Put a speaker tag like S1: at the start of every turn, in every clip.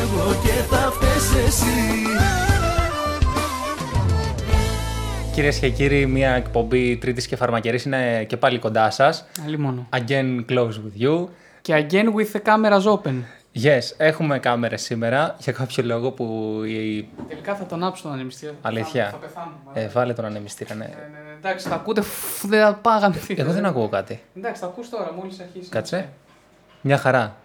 S1: εγώ και θα φταίς εσύ
S2: Κυρίες και κύριοι, μια εκπομπή Τρίτης και Φαρμακερής είναι και πάλι κοντά σας.
S3: Άλλη μόνο.
S2: Again, close with you.
S3: Και again with the cameras open.
S2: Yes, έχουμε κάμερες σήμερα για κάποιο λόγο που. η-
S3: Τελικά θα τον άψω τον ανεμιστήρα. Θα
S2: Αλήθεια.
S3: πεθάνω, Θα πεθάνω. μάλλον.
S2: Ε, βάλε τον ανεμιστήρα, ναι.
S3: Ε, ναι, ναι, εντάξει, θα ακούτε. φου, Δεν θα πάγαμε.
S2: Εγώ δεν ακούω κάτι.
S3: Εντάξει, θα ακούς τώρα, μόλις αρχίσει. Ναι.
S2: Κάτσε. Μια χαρά.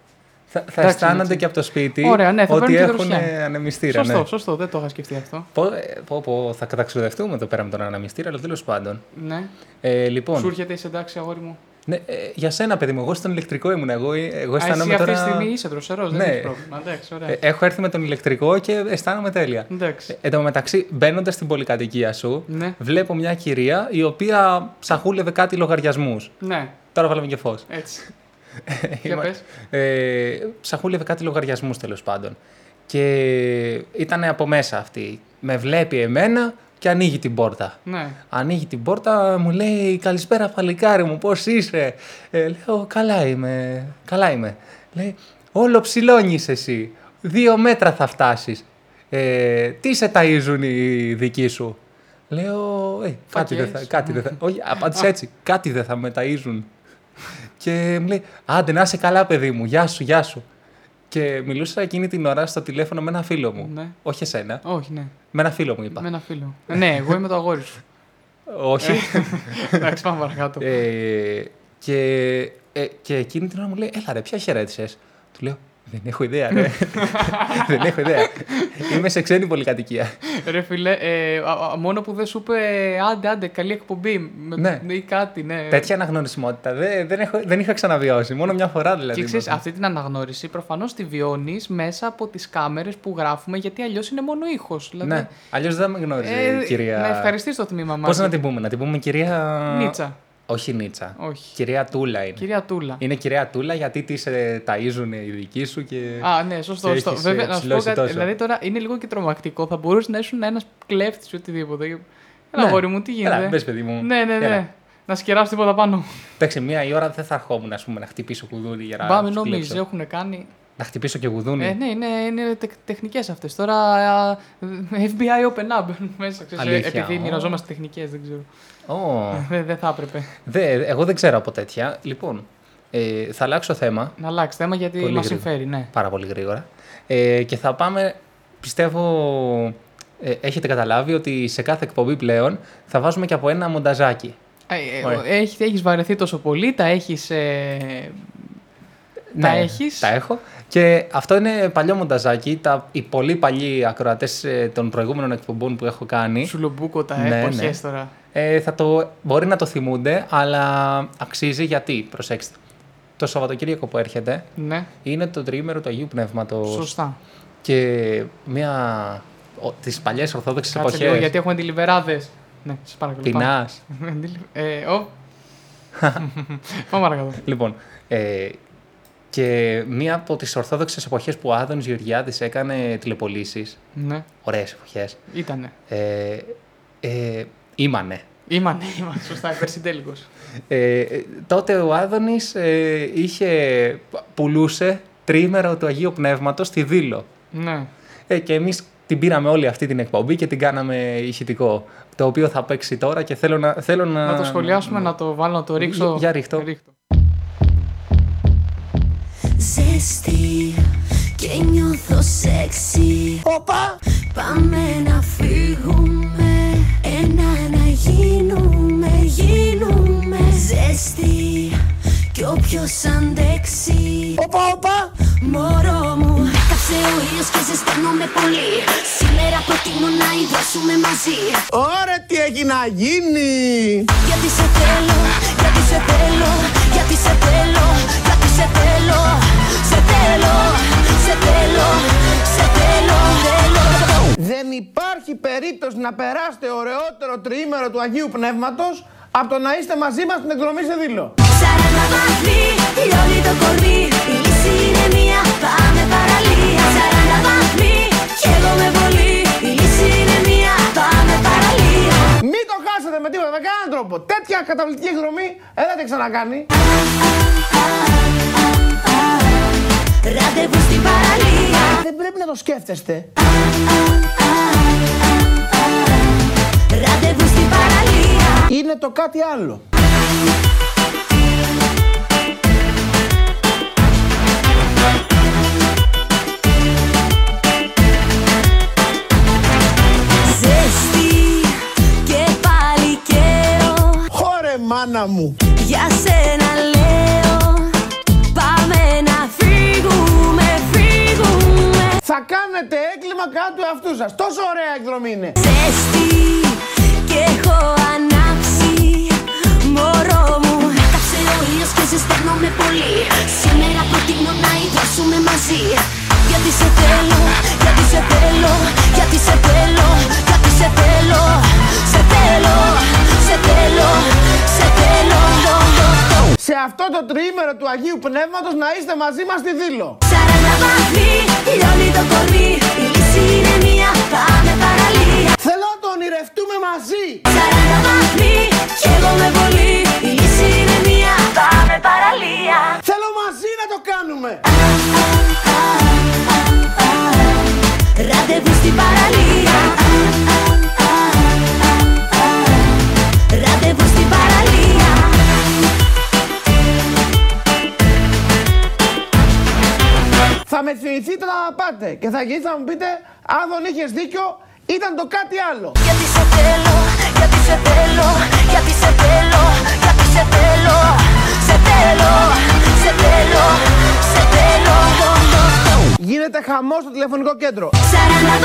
S2: Θα, θα
S3: Εντάξει,
S2: αισθάνονται
S3: έτσι.
S2: και από το σπίτι
S3: Ωραία, ναι, θα
S2: ότι
S3: παίρνουν τη
S2: έχουν
S3: δροσιά.
S2: ε, ανεμιστήρα.
S3: Σωστό,
S2: Ναι.
S3: σωστό, δεν το είχα σκεφτεί αυτό.
S2: Πω, ε, πω, πω, θα καταξοδευτούμε εδώ πέρα με τον ανεμιστήρα, αλλά τέλος πάντων.
S3: Ναι.
S2: Ε,
S3: Σου
S2: λοιπόν,
S3: έρχεται είσαι εντάξει, αγόρι μου.
S2: ναι, ε, για σένα, παιδί μου, εγώ στον ηλεκτρικό ήμουν. Εγώ, ε, εγώ
S3: Α, εσύ
S2: αισθάνομαι
S3: αυτή τη
S2: τώρα.
S3: στιγμή είσαι δροσερός, δεν
S2: Ναι.
S3: έχεις πρόβλημα. Εντάξει, ωραία.
S2: Ε, έχω έρθει με τον ηλεκτρικό και αισθάνομαι τέλεια. Ε,
S3: Εντάξει.
S2: Εν τω μεταξύ, μπαίνοντας στην πολυκατοικία σου,
S3: Ναι.
S2: βλέπω μια κυρία η οποία ψαχούλευε κάτι λογαριασμούς.
S3: Ναι,
S2: Τώρα βάλαμε και φως.
S3: έτσι. Για πες.
S2: Ε, ψαχούλευε κάτι λογαριασμούς τέλος πάντων. Και ήταν από μέσα αυτή. Με βλέπει εμένα και ανοίγει την πόρτα.
S3: Ναι.
S2: Ανοίγει την πόρτα, μου λέει Καλησπέρα, παλικάρι μου, πώς είσαι. Ε, λέω Καλά είμαι. Καλά είμαι. Λέει Όλο ψηλώνεις εσύ. Δύο μέτρα θα φτάσεις. Ε, τι σε ταΐζουν οι δικοί σου. Λέω, «Ε, κάτι δεν θα.
S3: Φακές. ναι.
S2: Κάτι δεν θα. Όχι, απάντησε έτσι. Κάτι δεν θα με ταΐζουν. Και μου λέει, άντε να είσαι καλά παιδί μου, γεια σου, γεια σου. Και μιλούσα εκείνη την ώρα στο τηλέφωνο με ένα φίλο μου.
S3: Ναι.
S2: Όχι εσένα,
S3: Όχι, ναι.
S2: με ένα φίλο μου είπα.
S3: Με ένα φίλο. ναι, εγώ είμαι το αγόρι σου.
S2: Όχι,
S3: Ε, Εντάξει, πάμε παρακάτω.
S2: Ε, και, ε, και εκείνη την ώρα μου λέει, έλα ρε, ποια χαιρέτησε. Του λέω, δεν έχω ιδέα, ρε. δεν έχω ιδέα. Είμαι σε ξένη πολυκατοικία.
S3: Ρε φίλε, ε, α- α- μόνο που δεν σου είπε ε, άντε, άντε, καλή εκπομπή με,
S2: Ναι.
S3: ή κάτι, ναι.
S2: Τέτοια αναγνωρισιμότητα δεν, δεν, έχω, δεν είχα ξαναβιώσει. Μόνο μια φορά δηλαδή.
S3: Και ξέρεις,
S2: μόνο.
S3: αυτή την αναγνώριση προφανώς τη βιώνεις μέσα από τις κάμερες που γράφουμε, γιατί αλλιώς είναι μόνο ήχος. Δηλαδή,
S2: Ναι, αλλιώς δεν με γνώριζε η κυρία.
S3: Ε, Να ευχαριστήσει το τμήμα μα.
S2: Πώς να την πούμε, να την πούμε κυρία.
S3: Νίτσα.
S2: Όχι Νίτσα.
S3: Όχι.
S2: Κυρία Τούλα είναι.
S3: Κυρία Τούλα.
S2: Είναι κυρία Τούλα γιατί τη ε, ταΐζουν οι δικοί σου και.
S3: Α, ναι, σωστό.
S2: Και
S3: σωστό.
S2: έχεις, ε,
S3: Βέβαια, να σου πω
S2: ψηλώσει
S3: κάτι.
S2: τόσο.
S3: Δηλαδή τώρα είναι λίγο και τρομακτικό. Θα μπορούσε να ήσουν ένας κλέφτης ή οτιδήποτε. Έλα,
S2: Ναι.
S3: αγόρι μου, τι γίνεται.
S2: Έλα, μπες, παιδί μου.
S3: Ναι, ναι, ναι.
S2: Έλα.
S3: Να σκεράσει τίποτα πάνω.
S2: Εντάξει, μία η ώρα δεν θα ερχόμουν ας πούμε, να χτυπήσω κουδούνι για να.
S3: Πάμε,
S2: τους
S3: νομίζει,
S2: κλέψω.
S3: έχουν κάνει.
S2: Να χτυπήσω και κουδούνι.
S3: Ε, ναι, είναι, είναι τεκ, τεχνικές αυτές. Τώρα α, FBI open up μπαίνουν μέσα, ξέρεις,
S2: Αλήθεια,
S3: επειδή
S2: ω.
S3: μοιραζόμαστε τεχνικές, δεν ξέρω.
S2: Ω,
S3: Δεν δεν θα έπρεπε
S2: δε, εγώ δεν ξέρω από τέτοια. Λοιπόν, ε, θα αλλάξω θέμα
S3: να αλλάξεις θέμα γιατί
S2: Πολύ
S3: μας
S2: γρήγορα.
S3: συμφέρει, ναι.
S2: πάρα πολύ γρήγορα ε, και θα πάμε, πιστεύω, ε, έχετε καταλάβει ότι σε κάθε εκπομπή πλέον θα βάζουμε και από ένα μονταζάκι.
S3: Ε, ε,
S2: Ωραία.
S3: έχεις, έχεις βαρεθεί τόσο πολύ, τα έχεις... Ε, τα έχεις.
S2: Ναι, Τα έχω. Και αυτό είναι παλιό μονταζάκι. Τα, οι πολύ παλιοί ακροατές ε, των προηγούμενων εκπομπών που έχω κάνει
S3: Σουλομπούκο τα
S2: Ναι, ναι.
S3: εποχές τώρα.
S2: ε, θα το, μπορεί να το θυμούνται, αλλά αξίζει γιατί, προσέξτε. Το Σαββατοκύριακο που έρχεται
S3: Ναι,
S2: είναι το τριήμερο του Αγίου Πνεύματος.
S3: σωστά.
S2: και μια. τις παλιές Ορθόδοξες
S3: Κάτσε λίγο
S2: εποχέ.
S3: γιατί έχουμε αντιλιβεράδες. Ναι, σας παρακαλώ. πάμε.
S2: Πεινά.
S3: Αντιλι- ε, ο. Πάμε παρακαλώ.
S2: Λοιπόν. Ε, και μία από τις Ορθόδοξες εποχές που ο Άδων Γεωργιάδης έκανε τηλεπολίσεις.
S3: Ναι,
S2: Ωραίες εποχές.
S3: ήτανε.
S2: Ε, ε, ήμανε.
S3: Ήμανε, ήμανε, σωστά, περσιντέλικος.
S2: Ε, ε, τότε ο Άδωνης ε, είχε, πουλούσε τρίμερο του Αγίου Πνεύματος στη Δήλο.
S3: Ναι.
S2: Ε, και εμείς την πήραμε όλη αυτή την εκπομπή και την κάναμε ηχητικό, το οποίο θα παίξει τώρα και θέλω να... Θέλω να...
S3: Να το σχολιάσουμε, να το βάλω, να το ρίξω.
S2: για ρίχτω.
S4: Ζεστή και νιώθω σεξι Πάμε να φύγουμε Ένα να γίνουμε, γίνουμε Ζεστή κι όποιος αντέξει Οπα, οπα, μωρό μου Κάψε ο ήλιος και ζεσταίνομαι πολύ Σήμερα προτείνω να ιδιώσουμε μαζί
S5: Ωραία τι έχει να γίνει
S4: Γιατί σε θέλω, γιατί σε θέλω, γιατί σε θέλω, γιατί σε θέλω Σε θέλω, σε θέλω, σε θέλω, θέλω
S5: Δεν υπάρχει περίπτωση να περάσετε ωραιότερο τριήμερο του Αγίου Πνεύματος από το να είστε μαζί μας στην εκδρομή σε δήλο.
S4: Σαράντα βαθμοί, λιώνει το κορμί Η λύση είναι μία, πάμε παραλία Σαράντα βαθμοί, χαίρομαι πολύ Η λύση είναι μία, πάμε παραλία
S5: Μην το χάσετε με τίποτα, με κανέναν τρόπο. Τέτοια καταπληκτική εκδρομή ε, δεν την ξανακάνει.
S4: Ραντεβού στην παραλία
S5: Δεν πρέπει να το το σκέφτεστε.
S4: Ραντεβού στην παραλία
S5: Είναι το κάτι άλλο.
S4: Ζεστή και πάλι καίω
S5: Χωρε μάνα μου.
S4: Για σένα λέω Πάμε να φύγουμε, φύγουμε
S5: Θα κάνετε έγκλημα κάτω του εαυτού σας. Τόσο ωραία εκδρομή είναι.
S4: Ζεστή και έχω ανάψει μωρό μου
S6: Κάψε ο ήλιος και ζεσταίνομαι πολύ Σήμερα προτείνω να ιδρώσουμε μαζί
S4: Γιατί σε θέλω, γιατί σε θέλω, γιατί σε θέλω, γιατί σε θέλω Σε θέλω, σε θέλω, σε θέλω
S5: Σε αυτό το τριήμερο του Αγίου Πνεύματος να είστε μαζί μας στη δήλο.
S4: 40 βαθμοί, λιώνει το κορμί Η λύση είναι μία, πάμε παραλία
S5: Θέλω να το ονειρευτούμε μαζί.
S4: 40 βαθμοί, καίγομαι πολύ Η λύση είναι μία, πάμε παραλία
S5: Θέλω μαζί να το κάνουμε.
S4: Ραντεβού στην παραλία Ραντεβού στην παραλία
S5: Θα με θυμηθείτε να πάτε και θα γυρίσετε να μου πείτε αν δεν είχες δίκιο ήταν το κάτι άλλο.
S4: Γιατί σε θέλω, γιατί σε θέλω, γιατί σε θέλω, γιατί σε θέλω Σε θέλω, σε θέλω, σε θέλω
S5: Γίνεται χαμός στο τηλεφωνικό κέντρο.
S4: 40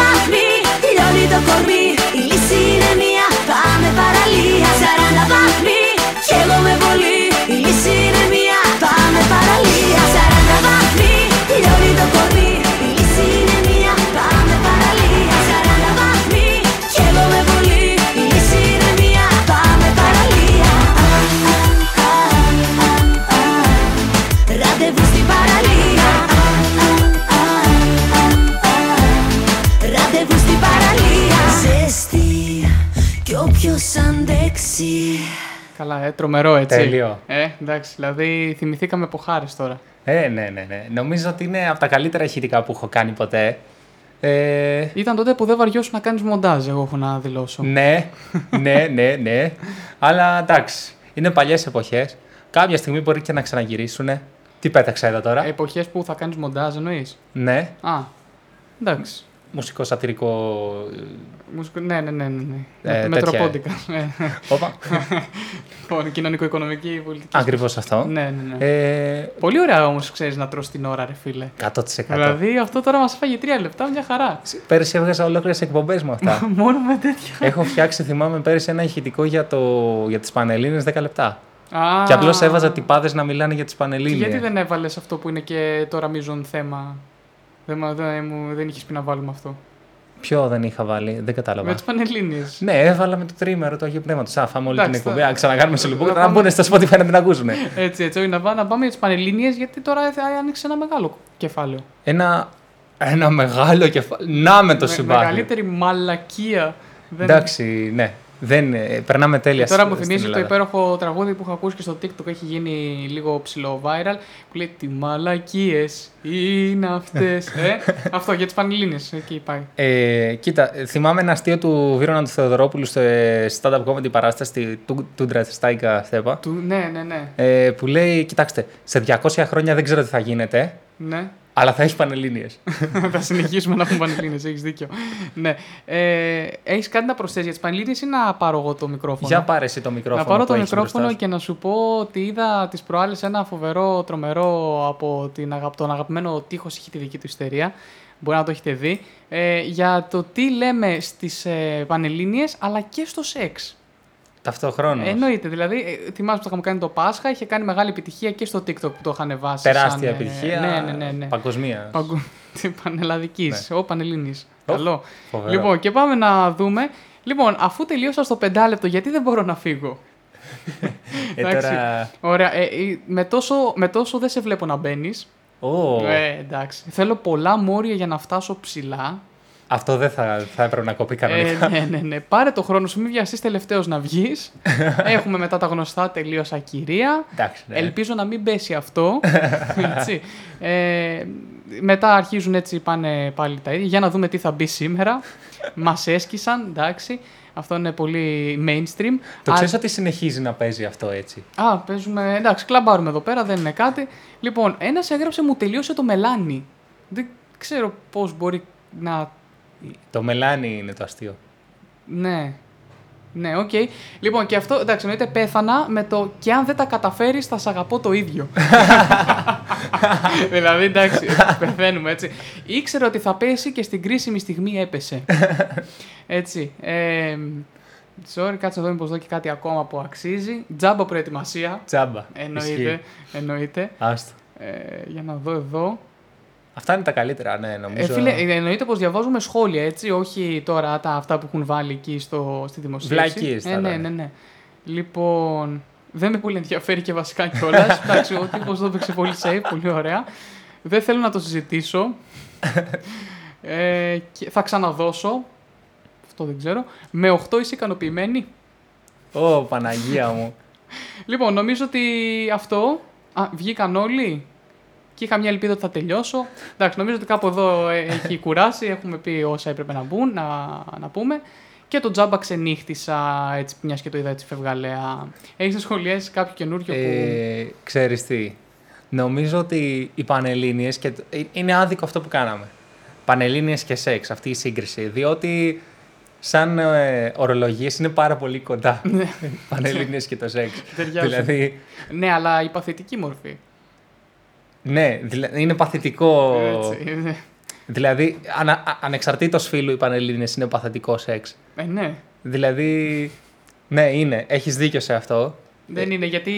S4: βαθμοί, λιώνει το κορμί Η λύση είναι μία, πάμε παραλία 40 βαθμοί, καίγομαι πολύ Η λύση είναι μία, πάμε παραλία 40 βαθμοί, λιώνει το κορμί Η λύση είναι μία, πάμε παραλία 40 βαθμοί, καίγομαι πολύ Η λύση είναι μία, πάμε παραλία Α, α, α, α, α. Ραντεβού στην παραλία Α, α, α, α, α. Ραντεβού στην παραλία Ζεστή κι όποιος αντέξει
S3: Καλά, ε, τρομερό έτσι.
S2: Τέλειο.
S3: Ε, εντάξει, δηλαδή θυμηθήκαμε από χάρη τώρα.
S2: Ε, ναι, ναι, ναι. Νομίζω ότι είναι από τα καλύτερα ηχητικά που έχω κάνει ποτέ. Ε,
S3: Ήταν τότε που δεν βαριώσουν να κάνεις μοντάζ, εγώ έχω να δηλώσω.
S2: ναι, ναι, ναι, ναι. Αλλά εντάξει, είναι παλιές εποχές. Κάποια στιγμή μπορεί και να ξαναγυρίσουνε. Τι πέταξα εδώ τώρα.
S3: Εποχές που θα κάνεις μοντάζ, εννοείς.
S2: ναι,
S3: Α, εντάξει.
S2: μουσικό σατυρικό.
S3: Μουσικο... Ναι, ναι, ναι. ναι, ναι.
S2: Ε, τέτοια,
S3: Με- Μετροπόντικα. ναι.
S2: Όπα,
S3: Λοιπόν, Κοινωνικο-οικονομική πολιτική.
S2: ακριβώς αυτό.
S3: Ναι, ναι, ναι.
S2: Ε,
S3: Πολύ ωραία όμως, ξέρεις να τρως την ώρα, ρε φίλε.
S2: 100%.
S3: Δηλαδή αυτό τώρα μας φάγει τρία λεπτά, μια χαρά.
S2: Πέρυσι έβγαζα ολόκληρες εκπομπές με αυτά.
S3: Μόνο με τέτοια.
S2: Έχω φτιάξει, θυμάμαι, πέρυσι ένα ηχητικό για, το... για τις Πανελίνε 10 λεπτά.
S3: Α,
S2: Και απλώς έβαζα τυπάδες να μιλάνε για τις
S3: και
S2: Πανελίνε.
S3: Γιατί δεν έβαλες αυτό που είναι και τώρα μείζον θέμα. Δεν, μα- δεν, μου- δεν είχες πει να βάλουμε αυτό.
S2: Ποιο δεν είχα βάλει, δεν κατάλαβα.
S3: Με τι πανελίνε.
S2: Ναι, έβαλα με το τρίμερο το Αγίου Πνεύματος. Α, φάμε όλη την
S3: Εντάξει,
S2: εκπομπή.
S3: θα-
S2: Α, ξανακάνουμε σε λοιπόν.
S3: θα
S2: Να
S3: πάμε-
S2: μπουν στο Spotify να την ακούσουν.
S3: Έτσι, έτσι, όχι, να, πά- να πάμε για τι πανελλήνιες γιατί τώρα θα άνοιξε ένα μεγάλο κεφάλαιο.
S2: Ένα, ένα μεγάλο κεφάλι. Να με το
S3: Με-
S2: συμπάθειο.
S3: μεγαλύτερη μαλακία. Δεν...
S2: Εντάξει, ναι. Δεν, ε, περνάμε τέλεια.
S3: Και τώρα
S2: στη-
S3: μου
S2: στην
S3: θυμίζει το
S2: Ελλάδα.
S3: υπέροχο τραγούδι που είχα ακούσει και στο TikTok έχει γίνει λίγο ψηλό viral που λέει Τι μαλακίες είναι αυτές. ε? Αυτό για τις πανελλήνιες, Εκεί πάει.
S2: Ε, κοίτα, ε, θυμάμαι ένα αστείο του Βίρονα του Θεοδωρόπουλου στο ε, stand-up comedy παράσταση του, του Ντραστάικα Θέπα.
S3: Του... Ναι, ναι, ναι.
S2: Ε, που λέει, κοιτάξτε, σε 200 χρόνια δεν ξέρω τι θα γίνεται,
S3: ναι.
S2: αλλά θα έχεις πανελλήνιες.
S3: θα συνεχίσουμε να έχουμε πανελλήνιες, έχεις δίκιο. ναι. Ε, έχεις κάτι να προσθέσεις για τι πανελλήνιες ή να πάρω εγώ το μικρόφωνο.
S2: Για πάρε εσύ το
S3: Να
S2: μικρόφωνο.
S3: πάρω
S2: που
S3: το
S2: έχεις μπροστά
S3: μικρόφωνο
S2: σου.
S3: και να σου πω ότι είδα τις προάλλες ένα φοβερό τρομερό από την αγα... τον αγαπημένο τείχος είχε τη δική του ιστερία. Μπορεί να το έχετε δει. Ε, για το τι λέμε στις ε, πανελλήνιες αλλά και στο σεξ.
S2: Ταυτόχρονος.
S3: Εννοείται. Δηλαδή, ε, θυμάσαι που το είχαμε κάνει το Πάσχα, είχε κάνει μεγάλη επιτυχία και στο TikTok που το είχαν βάσει. σαν,
S2: Τεράστια
S3: ε,
S2: επιτυχία.
S3: Ναι, ναι, ναι. ναι.
S2: Παγκοσμίας.
S3: Παγκο... Πανελλαδική. Ο Πανελλήνη. Καλό.
S2: φοβερό.
S3: Λοιπόν, και πάμε να δούμε. Λοιπόν, αφού τελείωσα στο πεντάλεπτο, γιατί δεν μπορώ να φύγω.
S2: Ε,
S3: Εντάξει.
S2: τώρα.
S3: Ωραία. Ε, ε, με, τόσο, με τόσο δεν σε βλέπω να μπαίνεις.
S2: Ω,
S3: Ε, εντάξει. Θέλω πολλά μόρια για να φτάσω ψηλά.
S2: Αυτό δεν θα, θα έπρεπε να κοπεί κανονικά.
S3: Ε, ναι, ναι, ναι. Πάρε το χρόνο σου, μην βιαστείς τελευταίος να βγεις. Έχουμε μετά τα γνωστά, τελείωσα κυρία.
S2: Εντάξει, ναι.
S3: Ελπίζω να μην πέσει αυτό. Έτσι. Ε, μετά αρχίζουν έτσι, πάνε πάλι τα ίδια. Για να δούμε τι θα μπει σήμερα. Μας έσκησαν, εντάξει. Αυτό είναι πολύ mainstream.
S2: Το
S3: Α-
S2: ξέρει ότι συνεχίζει να παίζει αυτό έτσι.
S3: Α, παίζουμε. Εντάξει, κλαμπάρουμε εδώ πέρα, δεν είναι κάτι. Λοιπόν, ένας έγραψε μου τελείωσε το μελάνι. Δεν ξέρω πώς μπορεί να.
S2: Το μελάνι είναι το αστείο.
S3: Ναι. Ναι, οκ. Λοιπόν, και αυτό εντάξει, εννοείται πέθανα με το και αν δεν τα καταφέρεις, θα σ' αγαπώ το ίδιο. δηλαδή, εντάξει, πεθαίνουμε έτσι. Ήξερε ότι θα πέσει και στην κρίσιμη στιγμή έπεσε. έτσι. Ε, sorry, κάτσε εδώ, μήπως δω και κάτι ακόμα που αξίζει. Τζάμπα προετοιμασία.
S2: Τσάμπα.
S3: Εννοείται,
S2: Ισχύει.
S3: εννοείται.
S2: Άστο.
S3: Ε, για να δω εδώ.
S2: Αυτά είναι τα καλύτερα, ναι, νομίζω.
S3: Ε, φίλε, ε, εννοείται πως διαβάζουμε σχόλια, έτσι, όχι τώρα τα αυτά που έχουν βάλει εκεί στο, στη δημοσίευση.
S2: Βλακίες θα
S3: ε, ναι,
S2: ήταν.
S3: ναι, ναι. Λοιπόν, δεν με πολύ ενδιαφέρει και βασικά κιόλας. Εντάξει, ο τύπος το έπαιξε πολύ safe, πολύ ωραία. Δεν θέλω να το συζητήσω. Ε, και θα ξαναδώσω. Αυτό δεν ξέρω. Με 8 είσαι ικανοποιημένη.
S2: Ω, Παναγία μου.
S3: Λοιπόν, νομίζω ότι αυτό. Α, βγήκαν όλοι και είχα μια ελπίδα ότι θα τελειώσω. Εντάξει, νομίζω ότι κάπου εδώ ε, έχει κουράσει. Έχουμε πει όσα έπρεπε να μπουν, να, να πούμε. Και τον τζάμπα ξενύχτησα, έτσι, μιας και το είδα έτσι φευγαλέα. Έχεις σχολιάσεις κάποιο καινούριο που...
S2: ε, ξέρεις τι. Νομίζω ότι οι Πανελλήνιες, και το- ε, είναι άδικο αυτό που κάναμε. Πανελλήνιες και σεξ, αυτή η σύγκριση. Διότι σαν ε, ορολογίες είναι πάρα πολύ κοντά. Πανελλήνιες και το σεξ.
S3: Ναι. Ταιριάζουν.
S2: δηλαδή,
S3: Ναι, αλλά η παθητική μορφή.
S2: ναι, δηλα- είναι παθητικό.
S3: Έτσι, ναι.
S2: Δηλαδή, ανα, α- ανεξαρτήτως φίλου οι Πανελλήνιες είναι παθητικό σεξ.
S3: Ε, ναι.
S2: Δηλαδή, ναι, είναι. Έχεις δίκιο σε αυτό.
S3: Δεν είναι, γιατί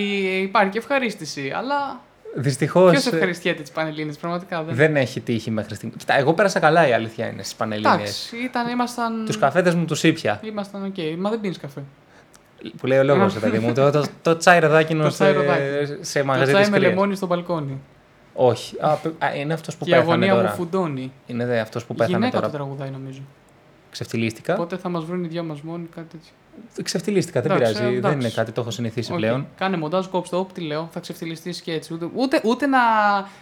S3: υπάρχει και ευχαρίστηση, αλλά
S2: Δυστυχώς...
S3: ποιος ευχαριστιέται τις Πανελλήνες, πραγματικά δεν...
S2: ε, Δεν έχει τύχει μέχρι στιγμή. Κοίτα, εγώ πέρασα καλά η αλήθεια είναι στις Πανελλήνιες.
S3: Εντάξει, ήταν, ήμασταν...
S2: Τους καφέδες μου τους ήπια.
S3: Ήμασταν οκ, μα δεν πίνεις καφέ.
S2: Που λέει ο λόγος, παιδί μου. Το, το, το τσάι ρεδάκινο
S3: Το τσάι
S2: σε,
S3: ρεδάκι.
S2: σε
S3: Το
S2: μαγαζί
S3: τσάι
S2: τη
S3: με
S2: κρύας.
S3: λεμόνι στο μπαλκόνι.
S2: Όχι. Α, π- α, είναι αυτός που
S3: Και η
S2: πέθανε
S3: αγωνία μου
S2: τώρα.
S3: φουντώνει.
S2: Είναι δε αυτός που
S3: Η
S2: πέθανε
S3: γυναίκα
S2: τώρα.
S3: το τραγουδάει νομίζω.
S2: Ξεφτυλίστηκα.
S3: Πότε θα μας βρουν οι δυο μας μόνοι, κάτι τέτοιο.
S2: Ξεφτυλίστηκα, δεν
S3: Εντάξει,
S2: πειράζει.
S3: εντάξει.
S2: Δεν είναι κάτι, το έχω συνηθίσει
S3: Οκ.
S2: πλέον.
S3: Κάνε μοντάζ, κόψτε το, όπ, τι λέω, θα ξεφτυλιστείς και έτσι. Ούτε, ούτε, ούτε να,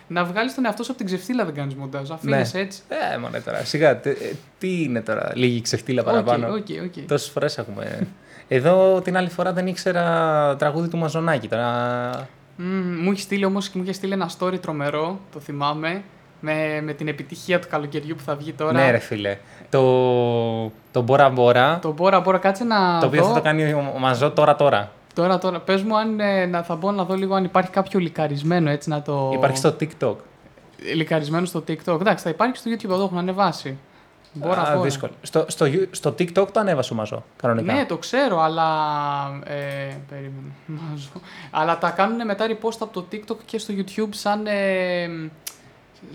S3: να βγάλεις τον εαυτό σου από την ξεφτύλα δεν κάνεις μοντάζ. Αφήνεις έτσι.
S2: Ε, μωρέ τώρα. Σιγά. τε- ε, Τι είναι τώρα. Λίγη ξεφτύλα
S3: Οκ,
S2: παραπάνω.
S3: οκ, οκ.
S2: Τόσες φορές έχουμε. Εδώ την άλλη φορά δεν ήξερα τραγούδι του Μαζονάκη. Τώρα.
S3: Μμμ, Μου έχει στείλει όμως και μου είχε στείλει ένα story τρομερό, το θυμάμαι. Με, με την επιτυχία του καλοκαιριού που θα βγει τώρα.
S2: Ναι, ρε φίλε. Το, το Μπόρα Μπόρα.
S3: Το μπόρα μπόρα, κάτσε να.
S2: Το οποίο
S3: δω.
S2: θα το κάνει ο Μαζό τώρα τώρα.
S3: Τώρα, τώρα, πες μου, αν, ε, να, θα μπω να δω λίγο αν υπάρχει κάποιο λικαρισμένο έτσι να το.
S2: Υπάρχει στο TikTok.
S3: λικαρισμένο στο TikTok. Εντάξει, θα υπάρχει στο YouTube, εδώ έχουν ανεβάσει. Μπορώ
S2: Α,
S3: να
S2: δύσκολο. Στο, στο, You- στο TikTok το ανέβασε ο Μαζό, κανονικά.
S3: Ναι, το ξέρω, αλλά. Ε, περίμενε. Μάζω. αλλά τα κάνουν μετά repost από το TikTok και στο YouTube σαν. Ε,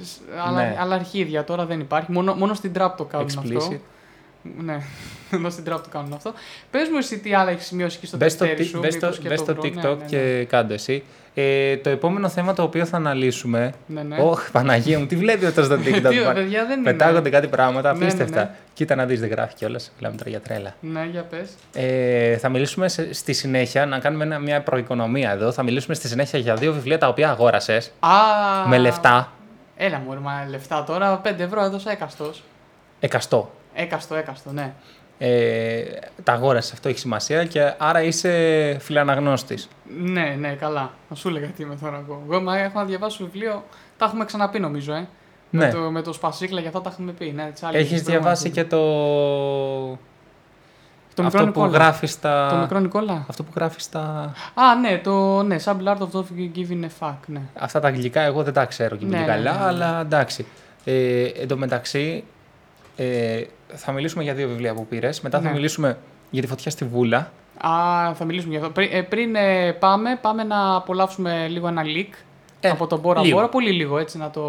S3: σ- αλλά,
S2: Ναι.
S3: αλλά αρχίδια τώρα δεν υπάρχει. Μόνο, μόνο στην τραπ το κάνουν
S2: Explicit.
S3: αυτό. Ναι, μόνο στην τραπ το κάνουν αυτό. Πες μου εσύ τι άλλα έχεις σημειώσει εκεί στο
S2: Μπες στο,
S3: τευτέρι
S2: τι-
S3: σου.
S2: μπες στο,
S3: μήπως και
S2: μπες
S3: το
S2: στο
S3: βρω. Ναι,
S2: TikTok
S3: ναι, ναι.
S2: και κάντε εσύ. Ε, το επόμενο θέμα το οποίο θα αναλύσουμε.
S3: Ναι, ναι.
S2: Ωχ, Παναγία μου, τι βλέπει αυτό στο TikTok.
S3: Τι,
S2: Πα-
S3: παιδιά, δεν είναι.
S2: Πετάγονται κάτι πράγματα
S3: Ναι, ναι,
S2: απίστευτα.
S3: ναι.
S2: Κοίτα να δεις, δεν γράφει κιόλας. Μιλάμε τώρα για τρέλα.
S3: Ναι, για πες.
S2: Ε, θα μιλήσουμε σε- στη συνέχεια, να κάνουμε ένα- μια προοικονομία εδώ. Θα μιλήσουμε στη συνέχεια για δύο βιβλία τα οποία αγόρασες
S3: Α,
S2: με λεφτά.
S3: Έλα μου, ρε, μα λεφτά τώρα. 5 ευρώ έδωσα έκαστος.
S2: Εκαστό.
S3: Έκαστο, έκαστο, ναι.
S2: Ε, τα αγόρασες, αυτό έχει σημασία και άρα είσαι φιλαναγνώστης.
S3: Ναι, ναι, καλά. Να σου έλεγα τι είμαι τώρα εγώ. Εγώ μα, έχω να διαβάσω βιβλίο. Τα έχουμε ξαναπεί νομίζω, ε.
S2: Ναι.
S3: Με, το, με το σπασίκλα και αυτά τα έχουμε πει. Ναι, τις άλλες
S2: Έχεις
S3: τις
S2: διαβάσει
S3: προηγούμενες.
S2: και το. αυτό
S3: Το μικρό
S2: που
S3: Νικόλα.
S2: γράφεις στα.
S3: Το μικρό Νικόλα.
S2: Αυτό που γράφεις στα.
S3: Α, ναι, το. Ναι, Subtle Art of Not Giving a Fuck, ναι.
S2: Αυτά τα αγγλικά εγώ δεν τα ξέρω και
S3: Ναι,
S2: πολύ
S3: ναι,
S2: καλά,
S3: ναι, ναι.
S2: αλλά εντάξει. Ε, εν τω μεταξύ, ε, θα μιλήσουμε για δύο βιβλία που πήρες. Μετά
S3: Ναι.
S2: θα μιλήσουμε για τη φωτιά στη βούλα.
S3: Α, θα μιλήσουμε γι' αυτό. Πρι- ε, πριν ε, πάμε, πάμε να απολαύσουμε λίγο ένα leak
S2: Ε,
S3: από τον Μπόρα
S2: λίγο.
S3: Μπόρα. Πολύ λίγο, έτσι να το.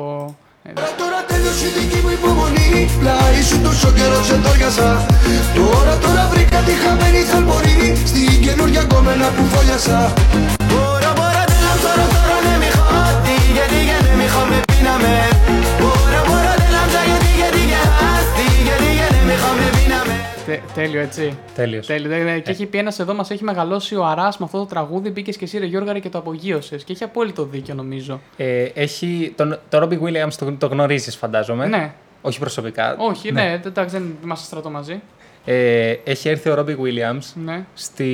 S3: ε,
S1: Τώρα τέλειωσε η δική μου υπομονή Πλάι σου τόσο καιρό σε τόριασα Τώρα τώρα βρήκα τη χαμένη θαλπορή Στην καινούργια κόμενα που φόλιασα Τώρα μπορώ τέλος τώρα τώρα ναι μη χάτη Γιατί για ναι μη χάμε πίναμε Τώρα μπορώ τέλος γιατί γιατί για χάτη Γιατί για ναι μη χάμε πίναμε
S3: Τε- Τε- τέλειο, έτσι.
S2: Τέλειος.
S3: Τέλειο, τέλειο. Και έχει πει ένας εδώ, μας έχει μεγαλώσει ο Αράς με αυτό το τραγούδι. Μπήκες και εσύ, Ρε Γιώργαρη, και το απογείωσες. Και έχει απόλυτο δίκιο, νομίζω.
S2: Ε, έχει, τον, τον Robbie Williams το, το γνωρίζεις φαντάζομαι.
S3: Ναι.
S2: Όχι προσωπικά.
S3: Όχι, ναι, εντάξει, δεν είμαστε στρατό μαζί.
S2: Ε, έχει έρθει ο Robbie Williams
S3: Ναι.
S2: στη,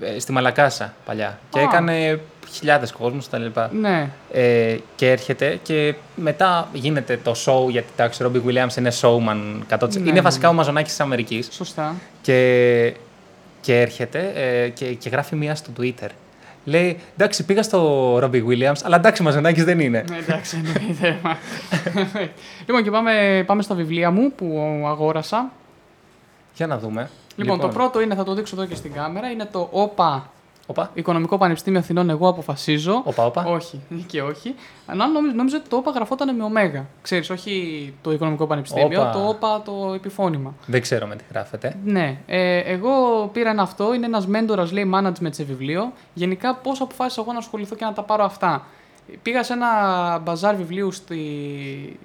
S2: ε, στη Μαλακάσα παλιά και
S3: Α.
S2: έκανε χιλιάδες κόσμους τα λοιπά.
S3: Ναι.
S2: Ε, και έρχεται και μετά γίνεται το show γιατί εντάξει ο Robbie Williams είναι showman 100%.
S3: Ναι,
S2: είναι
S3: ναι,
S2: βασικά ο Μαζονάκης της Αμερικής.
S3: Σωστά.
S2: Και, και έρχεται ε, και, και γράφει μία στο Twitter. Λέει, εντάξει, πήγα στο Ρόμπι Williams, αλλά εντάξει, Μαζενάκης δεν είναι.
S3: Ναι, Εντάξει, εννοείται. μα. λοιπόν, και πάμε, πάμε στα βιβλία μου που αγόρασα.
S2: Για να δούμε.
S3: Λοιπόν, το πρώτο είναι, θα το δείξω εδώ και στην κάμερα, είναι το ΟΠΑ
S2: Οπα,
S3: Οικονομικό Πανεπιστήμιο Αθηνών. Εγώ αποφασίζω.
S2: οπα, όπα.
S3: Όχι, και όχι. Αν νόμιζα, νόμιζα ότι το ΟΠΑ γραφόταν με ωμέγα. Ξέρεις, όχι το Οικονομικό Πανεπιστήμιο,
S2: Όπα.
S3: το ΟΠΑ το επιφώνημα.
S2: Δεν ξέρω με τι γράφεται.
S3: Ναι, ε, εγώ πήρα ένα αυτό. Είναι ένας μέντορας, λέει, management σε βιβλίο. Γενικά, πώ αποφάσισα εγώ να ασχοληθώ και να τα πάρω αυτά. Πήγα σε ένα μπαζάρ βιβλίου στη,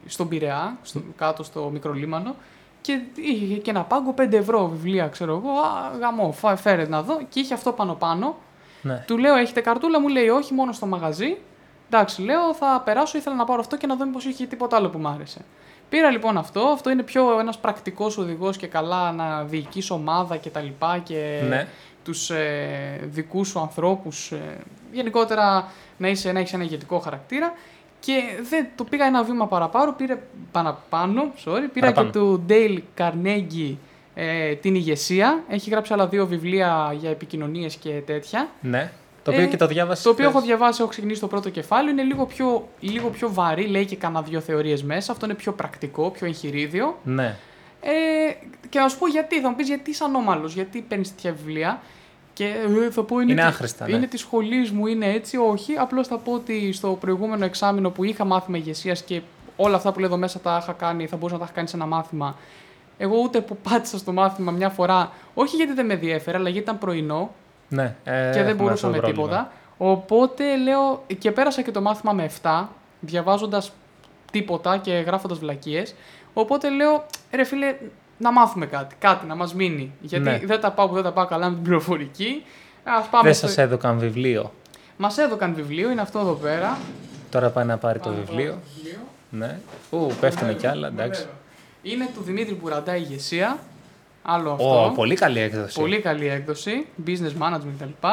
S3: στον Πειραιά, στο, κάτω στο μικρό λίμανο, και είχε και ένα πάγκο 5 ευρώ βιβλία, ξέρω εγώ. Α, γαμό, φα- φέρε να δω. Και είχε αυτό πάνω-πάνω.
S2: Ναι.
S3: Του λέω, έχετε καρτούλα, μου λέει όχι, μόνο στο μαγαζί. Εντάξει, λέω, θα περάσω, ήθελα να πάρω αυτό και να δω μήπως είχε τίποτα άλλο που μου άρεσε. Πήρα λοιπόν αυτό, αυτό είναι πιο ένας πρακτικός οδηγός και καλά να διοικείς ομάδα και τα λοιπά και
S2: Ναι.
S3: τους ε, δικούς σου ανθρώπους, ε, γενικότερα να, είσαι, να έχεις ένα ηγετικό χαρακτήρα. Και δεν, το πήγα ένα βήμα παραπάνω, πήρε παραπάνω, sorry, πήρα
S2: Παραπάνω.
S3: και του Dale Carnegie ε, την ηγεσία. Έχει γράψει άλλα δύο βιβλία για επικοινωνίες και τέτοια.
S2: Ναι. Το οποίο
S3: Ε,
S2: και το διάβασα.
S3: Το οποίο έχω διαβάσει, έχω ξεκινήσει το πρώτο κεφάλαιο. Είναι λίγο πιο, λίγο πιο βαρύ, λέει και κανένα δύο θεωρίες μέσα. Αυτό είναι πιο πρακτικό, πιο εγχειρίδιο.
S2: Ναι.
S3: Ε, και να σου πω γιατί, θα μου πεις γιατί είσαι ανώμαλος, γιατί παίρνεις τέτοια βιβλία. Και ε, θα πω είναι,
S2: Είναι
S3: τη-
S2: άχρηστα, ναι.
S3: είναι της σχολής μου, είναι έτσι. Όχι, απλώς θα πω ότι στο προηγούμενο εξάμεινο που είχα μάθημα ηγεσίας και όλα αυτά που λέω εδώ μέσα τα είχα κάνει, θα μπορούσα να τα είχα κάνει σε ένα μάθημα. Εγώ ούτε που πάτησα στο μάθημα μια φορά, όχι γιατί δεν με διέφερε, αλλά γιατί ήταν πρωινό
S2: ναι. Ε,
S3: και
S2: έχουμε
S3: δεν
S2: αυτό
S3: μπορούσα
S2: το
S3: με
S2: πρόβλημα.
S3: τίποτα. Οπότε λέω και πέρασα και το μάθημα με 7, διαβάζοντας τίποτα και γράφοντας βλακίες. Οπότε λέω, ρε φίλε, να μάθουμε κάτι, κάτι να μας μείνει. Γιατί
S2: Ναι.
S3: δεν τα πάω που δεν τα πάω καλά με την πληροφορική. Ας πάμε.
S2: Δεν
S3: Στο...
S2: σας έδωκαν βιβλίο.
S3: Μας έδωκαν βιβλίο, είναι αυτό εδώ πέρα.
S2: Τώρα πάει να πάρει το βιβλίο.
S3: βιβλίο.
S2: Ναι. Ου, πέφτουνε κι άλλα, εντάξει.
S3: Είναι του Δημήτρη Μπουραντά η ηγεσία. Άλλο αυτό.
S2: Ω, πολύ καλή έκδοση.
S3: Πολύ καλή έκδοση, business management κτλ.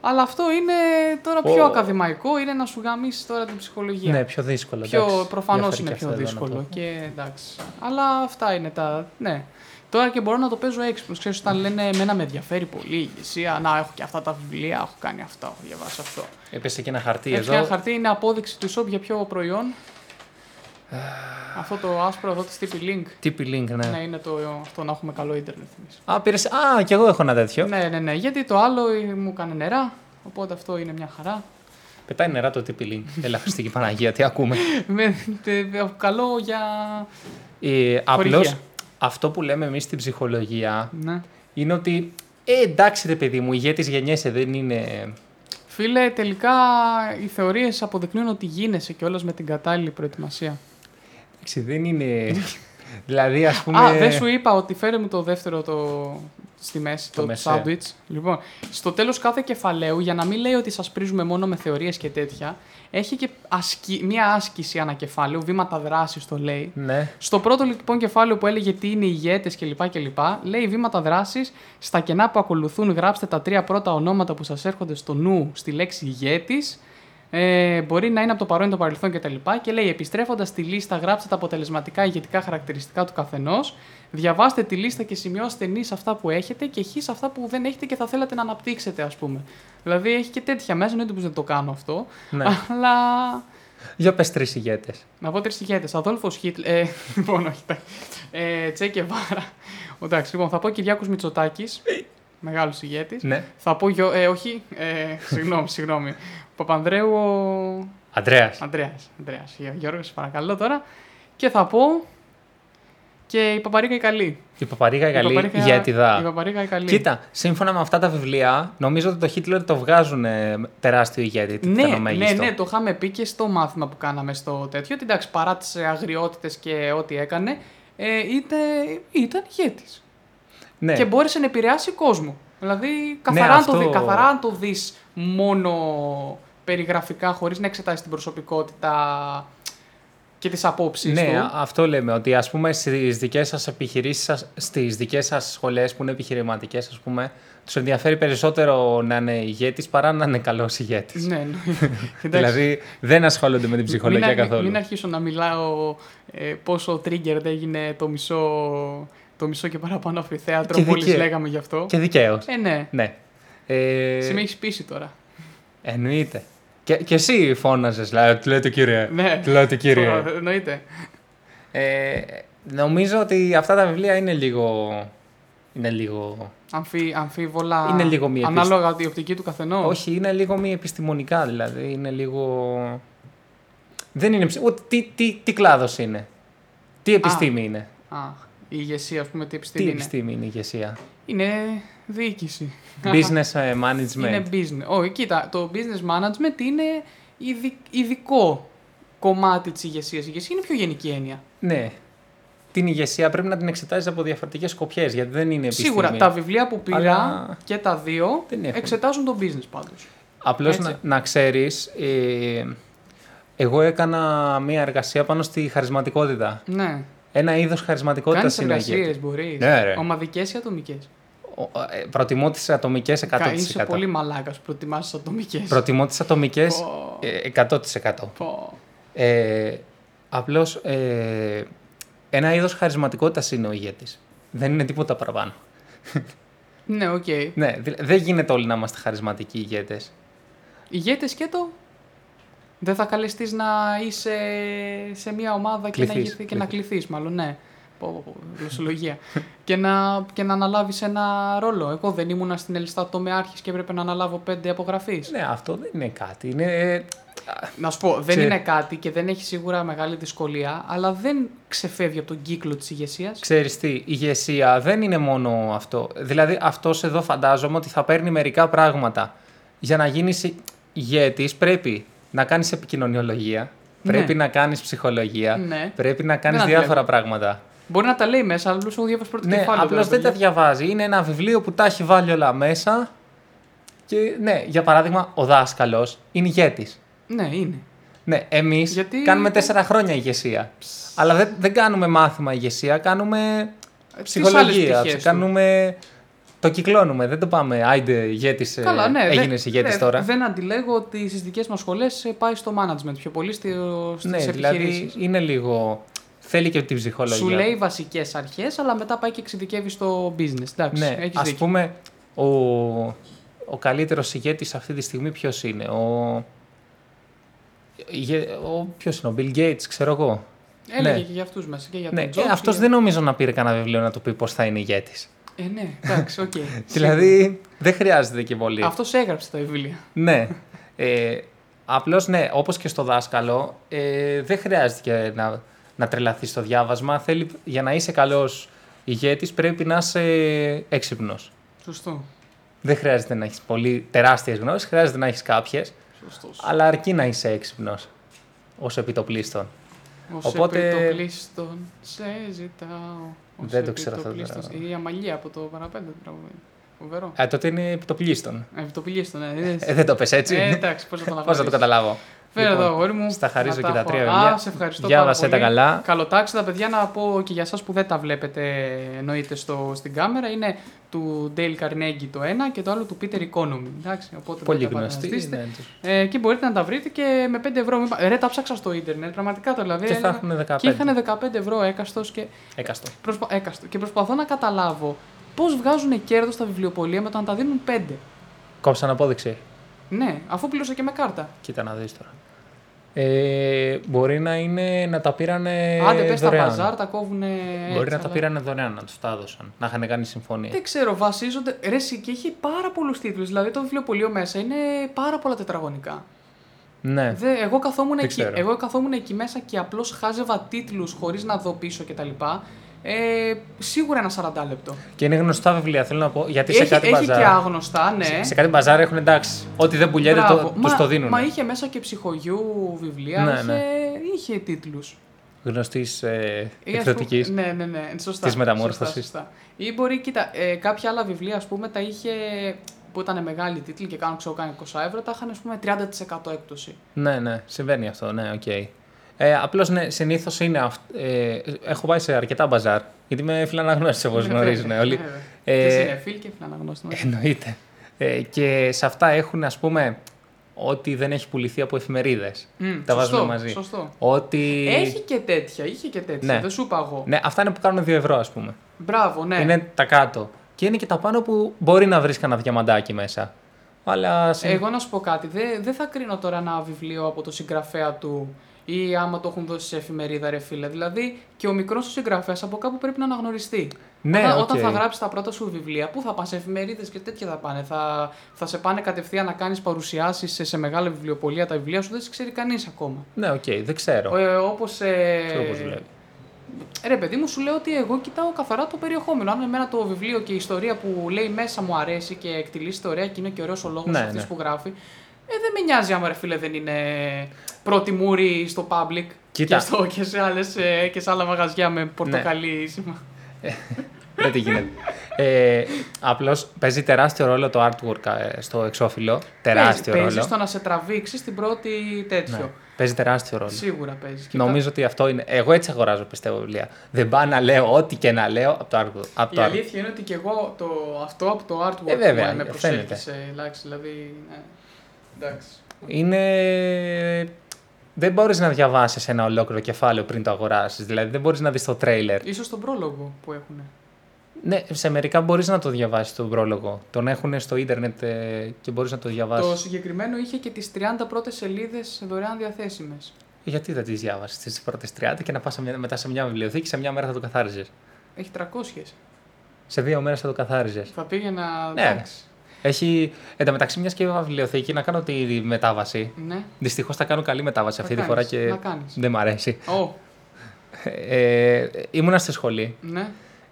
S3: Αλλά αυτό είναι τώρα πιο
S2: Ω.
S3: ακαδημαϊκό, είναι να σου γαμίσεις τώρα την ψυχολογία.
S2: Ναι, πιο δύσκολο.
S3: πιο
S2: εντάξει.
S3: προφανώς
S2: Διαφέρει
S3: είναι
S2: και αυτό
S3: πιο
S2: εδώ να το-
S3: δύσκολο. Και εντάξει. Αλλά αυτά είναι τα. Ναι. Τώρα και μπορώ να το παίζω έξυπνος. Ξέρεις, όταν λένε Εμένα με ενδιαφέρει πολύ η ηγεσία. Να, έχω και αυτά τα βιβλία, έχω κάνει αυτά, έχω διαβάσει αυτό.
S2: Έπεσε και ένα χαρτί
S3: Έτσι, ένα
S2: εδώ.
S3: χαρτί είναι απόδειξη του shop για ποιο προϊόν. αυτό το άσπρο εδώ τη TP Link.
S2: Τύπη link,
S3: Ναι,
S2: ναι.
S3: είναι το, αυτό να έχουμε καλό ίντερνετ εμείς.
S2: Α, πήρες... Α, κι εγώ έχω ένα τέτοιο.
S3: Ναι, ναι, ναι. Γιατί το άλλο ε, μου έκανε νερά. Οπότε αυτό είναι μια χαρά.
S2: Πετάει νερά το τύπη link. Έλα, Χριστική Παναγία, τι ακούμε.
S3: Με, τε- καλό για.
S2: Ε, Απλώς
S3: Χορηγία.
S2: αυτό που λέμε εμείς στην ψυχολογία
S3: Ναι.
S2: είναι ότι ε, εντάξει ρε παιδί μου, ηγέτη γεννιέσαι, δεν είναι.
S3: Φίλε, τελικά οι θεωρίες αποδεικνύουν ότι γίνεσαι κιόλας με την κατάλληλη προετοιμασία.
S2: Εντάξει, δεν είναι. δηλαδή, ας πούμε.
S3: Α, δεν σου είπα ότι φέρε μου το δεύτερο το... στη μέση,
S2: Το
S3: το, το
S2: μεσαίο.
S3: sandwich. Λοιπόν, στο τέλος κάθε κεφαλαίου, για να μην λέει ότι σας πρίζουμε μόνο με θεωρίες και τέτοια, έχει και ασκη... μία άσκηση ανακεφάλαιο, βήματα δράσης το λέει.
S2: Ναι.
S3: Στο πρώτο λοιπόν κεφάλαιο που έλεγε τι είναι οι ηγέτες κλπ. κλπ. λέει βήματα δράσης. Στα κενά που ακολουθούν, γράψτε τα τρία πρώτα ονόματα που σας έρχονται στο νου στη λέξη ηγέτης. Ε, μπορεί να είναι από το παρόν ή το παρελθόν κτλ. Και, τα λοιπά. και λέει επιστρέφοντας τη λίστα, γράψτε τα αποτελεσματικά ηγετικά χαρακτηριστικά του καθενός. Διαβάστε τη λίστα και σημειώστε νη σε αυτά που έχετε και χ σε αυτά που δεν έχετε και θα θέλατε να αναπτύξετε, ας πούμε. Δηλαδή έχει και τέτοια μέσα, εννοείται πω δεν το κάνω αυτό.
S2: Ναι.
S3: Αλλά
S2: Για πες τρεις ηγέτες.
S3: να πω τρεις ηγέτες. Αδόλφος Χίτλερ. Ε, λοιπόν, όχι. εντάξει. Ε, Τσε Κεβάρα. Εντάξει, λοιπόν, θα πω Κυριάκος Μητσοτάκης. Μεγάλος ηγέτης.
S2: Ναι.
S3: Θα πω. Γιο, ε, όχι. Ε, συγγνώμη, συγγνώμη. Παπανδρέου. Ο...
S2: Αντρέα.
S3: Αντρέα. Αντρέας. Γεω- Γιώργο, σε παρακαλώ τώρα. Και θα πω. Και η Παπαρίκα η καλή.
S2: Η Παπαρίγα η
S3: Η
S2: Γαλλή,
S3: Παπαρίκα- Η
S2: ηγέτιδα.
S3: Παπαρίκα η καλή.
S2: Κοίτα, σύμφωνα με αυτά τα βιβλία, νομίζω ότι το Χίτλερ το βγάζουν τεράστιο ηγέτη. το
S3: Ναι,
S2: πιθανό
S3: ναι,
S2: μέγιστο.
S3: ναι, το είχαμε πει και στο μάθημα που κάναμε στο τέτοιο. Ότι εντάξει, παρά τις αγριότητες και ό,τι έκανε, ε, ήταν, ήταν ηγέτης.
S2: Ναι.
S3: και μπόρεσε να επηρεάσει κόσμο. Δηλαδή, καθαρά, αν το,
S2: αυτό-
S3: δει, καθαρά αν το δεις μόνο περιγραφικά, χωρίς να εξετάσεις την προσωπικότητα και τις απόψεις
S2: Ναι,
S3: του.
S2: α- αυτό λέμε. Ότι ας πούμε στις δικές σας επιχειρήσεις, σας- στις δικές σας σχολές που είναι επιχειρηματικές ας πούμε, τους ενδιαφέρει περισσότερο να είναι ηγέτης παρά να είναι καλός ηγέτης.
S3: Ναι, ναι. Εντάξει.
S2: δηλαδή δεν ασχολούνται με την ψυχολογία
S3: μην, αρχι-
S2: καθόλου.
S3: Μην αρχίσω να μιλάω ε, πόσο triggered έγινε το μισό, το μισό και παραπάνω αμφιθέατρο.
S2: Και
S3: Μόλις
S2: δικαίω-
S3: λέγαμε γι' αυτό.
S2: Και δικαίως.
S3: Ε, ναι.
S2: Ναι. Ε,
S3: Σε με έχεις πείσει τώρα.
S2: Εννοείται. Και, και εσύ φώναζες, λέω, του λέω το κύριε.
S3: Ναι.
S2: Του λέω το κύριε.
S3: Τώρα, Εννοείται.
S2: Ε, νομίζω ότι αυτά τα βιβλία είναι λίγο... Είναι λίγο...
S3: Αμφι, αμφίβολα.
S2: Είναι λίγο μη επίστη-
S3: Ανάλογα τη οπτική του καθενός.
S2: Όχι, είναι λίγο μη επιστημονικά δηλαδή. Είναι λίγο... Δεν είναι... ψη- Ούτε, τι, τι, τι κλάδος είναι. Τι επιστήμη είναι.
S3: Α, η ηγεσία, ας πούμε, τι επιστήμη
S2: Τι
S3: είναι.
S2: επιστήμη είναι η ηγεσία.
S3: Είναι διοίκηση.
S2: Business ε, management.
S3: Είναι business. Όχι, κοίτα, το business management είναι ειδι- ειδικό κομμάτι της ηγεσίας. Η ηγεσία είναι πιο γενική έννοια.
S2: Ναι. Την ηγεσία πρέπει να την εξετάζεις από διαφορετικές σκοπιές γιατί δεν είναι επιστήμη.
S3: Σίγουρα τα βιβλία που πήρα
S2: Αλλά-
S3: και τα δύο
S2: Δεν έχουν.
S3: εξετάζουν το business πάντως.
S2: Απλώς
S3: Έτσι.
S2: να, να ξέρεις, ε, εγώ έκανα μία εργασία πάνω στη χαρισματικότητα.
S3: Ναι.
S2: Ένα είδος
S3: Κάνει
S2: χαρισματικότητας είναι ηγέτη.
S3: εργασίες, μπορείς.
S2: Ναι, ρε.
S3: Ομαδικές ή ατομικές.
S2: Ο- ε, Προτιμώ τις ατομικές 100%.
S3: Είσαι πολύ μαλάκας που προτιμάς τις ατομικές.
S2: Προτιμώ τις ατομικές
S3: Πω.
S2: ε, 100%. Ε, απλώς ε, ένα είδος χαρισματικότητας είναι ο ηγέτης. Δεν είναι τίποτα παραπάνω.
S3: Ναι, οκ. Okay.
S2: Ναι, δηλα- δεν γίνεται όλοι να είμαστε χαρισματικοί ηγέτες.
S3: Ηγέτες και το. Δεν θα καλεστείς να είσαι σε μια ομάδα και, να,
S2: Κληθείς,
S3: ηγεθεί- και να κληθείς, μάλλον, ναι. Πω, πω, πω, γλωσσολογία. και να, και να αναλάβεις ένα ρόλο. Εγώ δεν ήμουνα στην Ελιστά τομεάρχη και έπρεπε να αναλάβω πέντε απογραφεί.
S2: Ναι, αυτό δεν είναι κάτι. Είναι, ε,
S3: Να σου πω, δεν
S2: Ξε-
S3: είναι κάτι και δεν έχει σίγουρα μεγάλη δυσκολία, αλλά δεν ξεφεύγει από τον κύκλο της ηγεσίας.
S2: Ξέρεις τι, η ηγεσία δεν είναι μόνο αυτό. Δηλαδή αυτός εδώ φαντάζομαι ότι θα παίρνει μερικά πράγματα. Για να γίνεις η- ηγέτης πρέπει να κάνεις επικοινωνιολογία,
S3: Ναι.
S2: πρέπει να κάνεις ψυχολογία,
S3: Ναι.
S2: πρέπει να κάνεις
S3: Δεν τα
S2: διάφορα πράγματα.
S3: Μπορεί να τα λέει μέσα, αλλά απλώ έχω διαβάσει πρώτο
S2: Ναι,
S3: κεφάλαιο.
S2: απλώς δεν τα διαβάζει. Είναι ένα βιβλίο που τα έχει βάλει όλα μέσα και ναι, για παράδειγμα ο δάσκαλος είναι ηγέτης.
S3: Ναι, είναι.
S2: Ναι, εμείς
S3: Γιατί-
S2: κάνουμε τέσσερα χρόνια ηγεσία. Αλλά δεν, δεν κάνουμε μάθημα ηγεσία, κάνουμε
S3: Ε, τις άλλες
S2: ψυχολογία.
S3: πτυχές του.
S2: Κάνουμε. Το κυκλώνουμε, δεν το πάμε. Άιντε, ηγέτης.
S3: Καλά, ναι.
S2: Ε, Έγινε
S3: δεν-
S2: ηγέτη
S3: δεν-
S2: τώρα.
S3: Δεν αντιλέγω ότι στις δικές μας σχολές ε, πάει στο management πιο πολύ στο, στις
S2: ναι, δηλαδή
S3: επιχειρήσεις.
S2: είναι λίγο. Θέλει και την ψυχολογία.
S3: Σου λέει βασικές αρχές, αλλά μετά πάει και εξειδικεύει στο business. Εντάξει,
S2: Ναι,
S3: έχεις
S2: ας
S3: δίκιο.
S2: πούμε, ο, ο καλύτερος ηγέτης αυτή τη στιγμή ποιος είναι. Ο, ηγε- ο, ποιος είναι, ο Bill Gates, ξέρω εγώ.
S3: Έλεγε
S2: ναι.
S3: και για αυτούς μέσα και για
S2: Ναι,
S3: τον Jobs και
S2: αυτός
S3: για-
S2: δεν νομίζω να πήρε κανένα βιβλίο να του πει πώς θα είναι ηγέτης.
S3: Ε, ναι, εντάξει, οκ.
S2: Δηλαδή, δεν χρειάζεται και πολύ.
S3: Αυτός έγραψε τα βιβλία.
S2: Ναι. Ε, Απλώς ναι, όπως και στο δάσκαλο, ε, δεν χρειάζεται και να, να τρελαθεί στο διάβασμα. Θέλει, για να είσαι καλός ηγέτης, πρέπει να είσαι έξυπνος.
S3: Σωστό.
S2: Δεν χρειάζεται να έχεις πολύ τεράστιες γνώσεις, χρειάζεται να έχεις κάποιες,
S3: Σωστός.
S2: αλλά αρκεί να είσαι έξυπνος ως επιτοπλίστων.
S3: Ως
S2: Οπότε-
S3: επιτοπλίστων σε ζητάω. Ως
S2: Δεν το ξέρω αυτό το
S3: επιτοπλίστων-
S2: τραγούδι.
S3: Η Αμαλία από το παραπέντε τραγούδι. Φοβερό.
S2: Ε, τότε είναι επιτοπλίστων.
S3: Επιτοπλίστων, ναι. είδες.
S2: Ε, δεν το πες έτσι.
S3: Ε, εντάξει, πώς θα
S2: Πώ θα
S3: το
S2: το
S3: αναγνωρίσεις.
S2: καταλάβω.
S3: Φέρε
S2: Λοιπόν,
S3: εδώ, αγόρι μου.
S2: Στα χαρίζω
S3: Να
S2: και τα
S3: έχω.
S2: τρία
S3: Α,
S2: βιβλία.
S3: σε ευχαριστώ
S2: Διάβασε
S3: πάρα
S2: τα
S3: πολύ.
S2: καλά.
S3: Καλοτάξτε τα παιδιά να πω και για εσάς που δεν τα βλέπετε εννοείται στο, στην κάμερα. Είναι του Dale Carnegie το ένα και το άλλο του Peter Economy. Εντάξει, οπότε
S2: Πολύ
S3: μπορείτε να
S2: γνωστή,
S3: παρακολουθήσετε.
S2: ναι, τους.
S3: Ε, και μπορείτε να τα βρείτε και με 5 ευρώ. Μην πα- Ε, Ρε, τα ψάξα στο ίντερνετ, πραγματικά το δηλαδή.
S2: Και θα
S3: έλεγα-
S2: έχουνε 15.
S3: Και είχαν 15 ευρώ έκαστος και,
S2: Έκαστο.
S3: προσπα... έκαστο. και προσπαθώ να καταλάβω πώς βγάζουν κέρδος στα βιβλιοπολία με το να τα δίνουν 5.
S2: Κόψαν απόδειξη.
S3: Ναι, αφού πλήρωσα και με κάρτα.
S2: Κοίτα να δεις τώρα. Ε, μπορεί να είναι να τα πήρανε
S3: Άντε, πες τα
S2: Ε,
S3: ε,
S2: δωρεάν.
S3: παζάρ, τα κόβουν.
S2: Μπορεί να τα πήρανε δωρεάν, να τους τα έδωσαν. Να είχαν κάνει συμφωνία.
S3: Δεν ξέρω, βασίζονται. Ρε, εσύ, και έχει πάρα πολλούς τίτλους. Δηλαδή το βιβλιοπωλείο μέσα είναι πάρα πολλά τετραγωνικά.
S2: Ναι.
S3: Δε, εγώ, καθόμουν
S2: Δεν
S3: εκεί,
S2: ξέρω.
S3: εγώ καθόμουν εκεί μέσα και απλώς χάζευα τίτλους χωρίς να δω πίσω κτλ. Ε, σίγουρα ένα 40 λεπτό.
S2: Και είναι γνωστά βιβλία, θέλω να πω. Γιατί σε
S3: Έχει,
S2: κάτι
S3: έχει
S2: μπαζάρ.
S3: και άγνωστα, ναι.
S2: σε, σε κάτι μπαζάρ έχουν εντάξει. Ό,τι δεν πουλιέται
S3: Μπράβο.
S2: το,
S3: μα,
S2: τους το δίνουν.
S3: Μα είχε μέσα και ψυχογιού βιβλία,
S2: Ναι,
S3: είχε,
S2: ναι.
S3: είχε τίτλους.
S2: γνωστής ε,
S3: Ή ας
S2: εκδοτικής.
S3: πούμε- Ναι, ναι, ναι. Σωστά.
S2: Της μεταμόρφωσης.
S3: Σωστά, σωστά. Ή μπορεί, κοίτα, ε, κάποια άλλα βιβλία, ας πούμε, τα είχε που ήταν μεγάλη τίτλοι και κάνουν ξέρω κάνει 20 ευρώ, τα είχαν ας πούμε 30% έκπτωση.
S2: Ναι, ναι, συμβαίνει αυτό, ναι, οκ. Ε, Απλώς ναι, συνήθως είναι. Αυ... Ε, έχω πάει σε αρκετά μπαζάρ, γιατί με φιλαναγνώρισε όπως γνωρίζουν όλοι.
S3: Ναι, Βέβαια.
S2: Ε,
S3: Και συνεφίλ και φιλαναγνώστη.
S2: εννοείται. Ε, και σε αυτά έχουν, ας πούμε, ό,τι δεν έχει πουληθεί από εφημερίδες.
S3: Μμ,
S2: Τα βάζουν
S3: σωστό,
S2: μαζί.
S3: σωστό.
S2: Ότι.
S3: Έχει και τέτοια, είχε και τέτοια.
S2: ε, Ναι.
S3: Δεν σου είπα εγώ.
S2: Ναι, αυτά είναι που κάνουν 2 ευρώ, ας πούμε.
S3: Μπράβο, ναι.
S2: Είναι τα κάτω. Και είναι και τα πάνω που μπορεί να βρεις κανένα διαμαντάκι μέσα. Αλλά. συν-
S3: Εγώ να σου πω κάτι. Δεν δεν θα κρίνω τώρα ένα βιβλίο από το συγγραφέα του ή άμα το έχουν δώσει σε εφημερίδα, ρε φίλε. Δηλαδή και ο μικρός σου συγγραφέας από κάπου πρέπει να αναγνωριστεί.
S2: Ναι,
S3: όταν,
S2: οκ.
S3: όταν θα γράψει τα πρώτα σου βιβλία, πού θα πας, σε εφημερίδες και τέτοια θα πάνε. Θα, θα σε πάνε κατευθείαν να κάνεις παρουσιάσεις σε, σε μεγάλα βιβλιοπολία τα βιβλία σου, δεν σε ξέρει κανείς ακόμα.
S2: Ναι, οκ, δεν ξέρω.
S3: Ε, Όπως.
S2: Ξέρω πώς δουλεύει.
S3: Ρε παιδί μου, σου λέω ότι εγώ κοιτάω καθαρά το περιεχόμενο. Αν εμένα το βιβλίο και η ιστορία που λέει μέσα μου αρέσει και εκτιλήσεται ωραία και είναι και ωραίος ο λόγος
S2: Ναι,
S3: ναι, αυτής
S2: ναι.
S3: που γράφει. Ε, δεν με νοιάζει άμα ρε φίλε δεν είναι πρώτη μούρη στο public
S2: Κοίτα.
S3: Και, στο, και, σε άλλες, ε, και σε άλλα μαγαζιά με πορτοκαλί
S2: Ναι.
S3: σήμα.
S2: Δεν Ναι, τι γίνεται. Ε, Απλώς παίζει τεράστιο ρόλο το artwork ε, στο εξώφυλλο. Τεράστιο
S3: Παίζει-
S2: ρόλο.
S3: Παίζει στο να σε τραβήξει την πρώτη τέτοιο.
S2: Ναι, παίζει τεράστιο ρόλο.
S3: Σίγουρα παίζει. Κοίτα,
S2: Νομίζω ότι αυτό είναι. Εγώ έτσι αγοράζω πιστεύω βιβλία. Δεν πάω να λέω ό,τι και να λέω από το artwork. Από
S3: Η
S2: το artwork.
S3: αλήθεια είναι ότι και εγώ το, αυτό από το artwork
S2: Ε, βέβαια,
S3: που
S2: φαίνεται.
S3: με προσέγγισε. εντάξει, Δηλαδή, ναι. Εντάξει.
S2: Είναι. Δεν μπορείς να διαβάσεις ένα ολόκληρο κεφάλαιο πριν το αγοράσεις. Δηλαδή δεν μπορείς να δεις το τρέιλερ.
S3: Ίσως τον πρόλογο που έχουν.
S2: Ναι, σε μερικά μπορείς να το διαβάσεις τον πρόλογο. Τον έχουν στο ίντερνετ ε, και μπορείς να το διαβάσεις.
S3: Το συγκεκριμένο είχε και τις 30 πρώτες σελίδες δωρεάν διαθέσιμες.
S2: Γιατί δεν τις διάβασες τις πρώτες 30 και να πας μετά σε μια βιβλιοθήκη, σε μια μέρα θα το καθάριζες.
S3: Έχει 300.
S2: Σε δύο μέρες θα το καθάριζες.
S3: Θα πήγαινα...
S2: Ναι.
S3: εντάξει.
S2: Έχει εν τω μεταξύ μια και βιβλιοθήκη να κάνω τη μετάβαση.
S3: Ναι.
S2: Δυστυχώς θα κάνω καλή μετάβαση
S3: Να
S2: αυτή τη
S3: κάνεις,
S2: φορά και
S3: να κάνεις.
S2: δεν μ' αρέσει.
S3: Ω,
S2: Ε, ήμουνα στη σχολή
S3: ναι.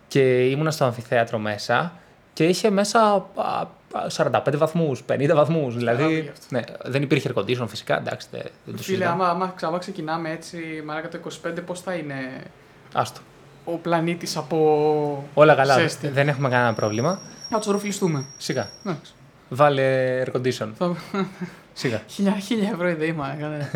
S2: και ήμουνα στο αμφιθέατρο μέσα και είχε μέσα α, α, 45 βαθμού, 50 βαθμού.
S3: Καλά, γι'
S2: Δηλαδή
S3: αυτό.
S2: ναι, δεν υπήρχε air condition φυσικά. Εντάξει, δεν, δεν το
S3: Φίλε,
S2: συζητάω.
S3: άμα, άμα ξα- άμα ξεκινάμε έτσι, μαράκα το 25, πώς θα είναι
S2: Άστο.
S3: ο πλανήτης από
S2: Όλα καλά.
S3: ζέστη.
S2: Δεν έχουμε κανένα πρόβλημα.
S3: Να τσοροφλιστούμε.
S2: Σιγά.
S3: Εντάξει.
S2: Βάλε air condition.
S3: Θα...
S2: Σιγά.
S3: χίλια, χίλια ευρώ η ΔΕΗ, ναι.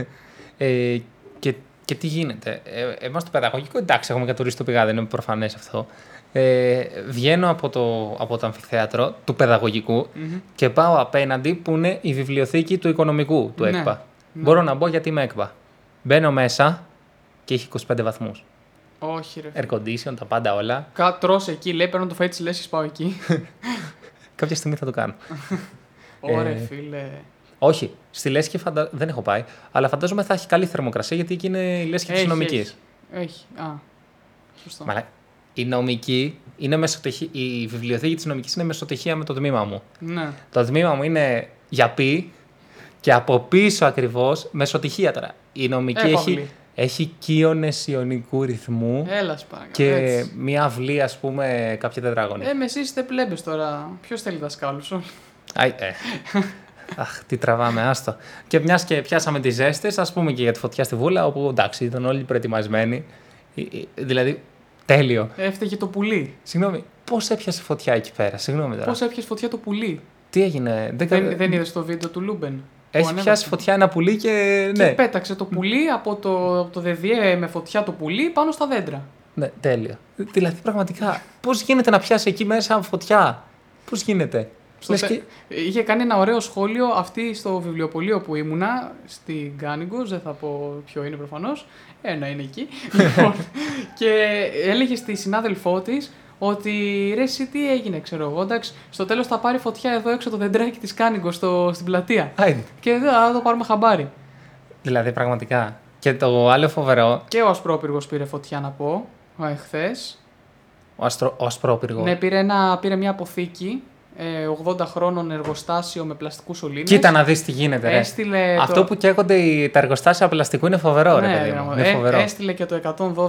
S2: Ε, και, και τι γίνεται. Ε, εμάς το παιδαγωγικό, εντάξει, έχουμε κατουρίσει το πηγάδι, είναι προφανές αυτό. Ε, βγαίνω από το, από το αμφιθέατρο του παιδαγωγικου και πάω απέναντι που είναι η βιβλιοθήκη του οικονομικού του
S3: Ναι,
S2: ΕΚΠΑ. Μπορώ να μπω γιατί είμαι ΕΚΠΑ. Μπαίνω μέσα και έχει 25 βαθμούς.
S3: Όχι ρε.
S2: Air condition, τα πάντα όλα.
S3: Κα, τρως εκεί, λέει, παίρνω το φαί της λέσχης, πάω εκεί.
S2: Κάποια στιγμή θα το κάνω. Ε,
S3: Ωρε φίλε.
S2: Όχι, στη Λέσχη φαντα... δεν έχω πάει, αλλά φαντάζομαι θα έχει καλή θερμοκρασία γιατί εκεί είναι η Λέσχη της
S3: Έχει,
S2: νομικής.
S3: Έχει, έχει. α. Σωστό.
S2: Μαλά, η νομική είναι μεσοτεχή, η βιβλιοθήκη της νομικής είναι μεσοτεχία με το τμήμα μου.
S3: Ναι.
S2: Το τμήμα μου είναι για πι και από πίσω ακριβώς μεσοτυχία τώρα. Η νομική
S3: Έχω
S2: έχει,
S3: αυλή.
S2: έχει κύονες ιονικού ρυθμού
S3: Έλας, σπάρακα.
S2: και
S3: έτσι.
S2: μια αυλή ας πούμε κάποια τετράγωνη.
S3: Ε, με εσείς είστε πλέμπες τώρα. Ποιος θέλει δασκάλους όλοι.
S2: Αϊ, ε. Αχ, τι τραβάμε, άστο. Και μιας και πιάσαμε τις ζέστες, ας πούμε και για τη φωτιά στη βούλα, όπου εντάξει, ήταν όλοι προετοιμασμένοι. Ε, ε, Δηλαδή, τέλειο.
S3: Έφταιγε το πουλί.
S2: Συγγνώμη, πώς έπιασε φωτιά εκεί πέρα, συγγνώμη τώρα.
S3: Πώς έπιασε φωτιά το πουλί.
S2: Τι έγινε, δεν, κα-
S3: Δεν, δεν είδες το βίντεο του Λούμπεν. που
S2: Έχει
S3: ανέβασε.
S2: πιάσει φωτιά ένα πουλί και.
S3: Και
S2: ναι.
S3: πέταξε το πουλί από το, από το ΔΔΕ με φωτιά το πουλί πάνω στα δέντρα.
S2: ναι, τέλειο. Δηλαδή, πραγματικά, πώς γίνεται να πιάσει εκεί μέσα φωτιά. Πώς γίνεται.
S3: Στο
S2: Λες
S3: τε-
S2: και-
S3: Είχε κάνει ένα ωραίο σχόλιο αυτή στο βιβλιοπωλείο που ήμουνα, στην Κάνιγκος, δεν θα πω ποιο είναι προφανώς, ένα είναι εκεί. λοιπόν, και έλεγε στη συνάδελφό της ότι ρε εσύ τι έγινε ξέρω εγώ, εντάξει, στο τέλος θα πάρει φωτιά εδώ έξω το δεντράκι της Κάνιγκος στο, στην πλατεία.
S2: Άιντε.
S3: και δεν θα το πάρουμε χαμπάρι.
S2: Δηλαδή, πραγματικά. Και το άλλο φοβερό,
S3: Και ο Ασπρόπυργος πήρε φωτιά να πω, εχθές.
S2: ο, αστρο... ο ασπρόπυργο.
S3: Ναι, πήρε, ένα, πήρε μια αποθήκη, ε, 80 χρόνων εργοστάσιο με πλαστικούς σωλήνες.
S2: Κοίτα να δεις τι γίνεται, ρε.
S3: ναι. Έστειλε το-
S2: Αυτό που καίγονται οι- τα εργοστάσια πλαστικού είναι φοβερό, ρε παιδί μου.
S3: γράμμα.
S2: Είναι
S3: Έ-
S2: φοβερό.
S3: Ναι, ε, Έστειλε και το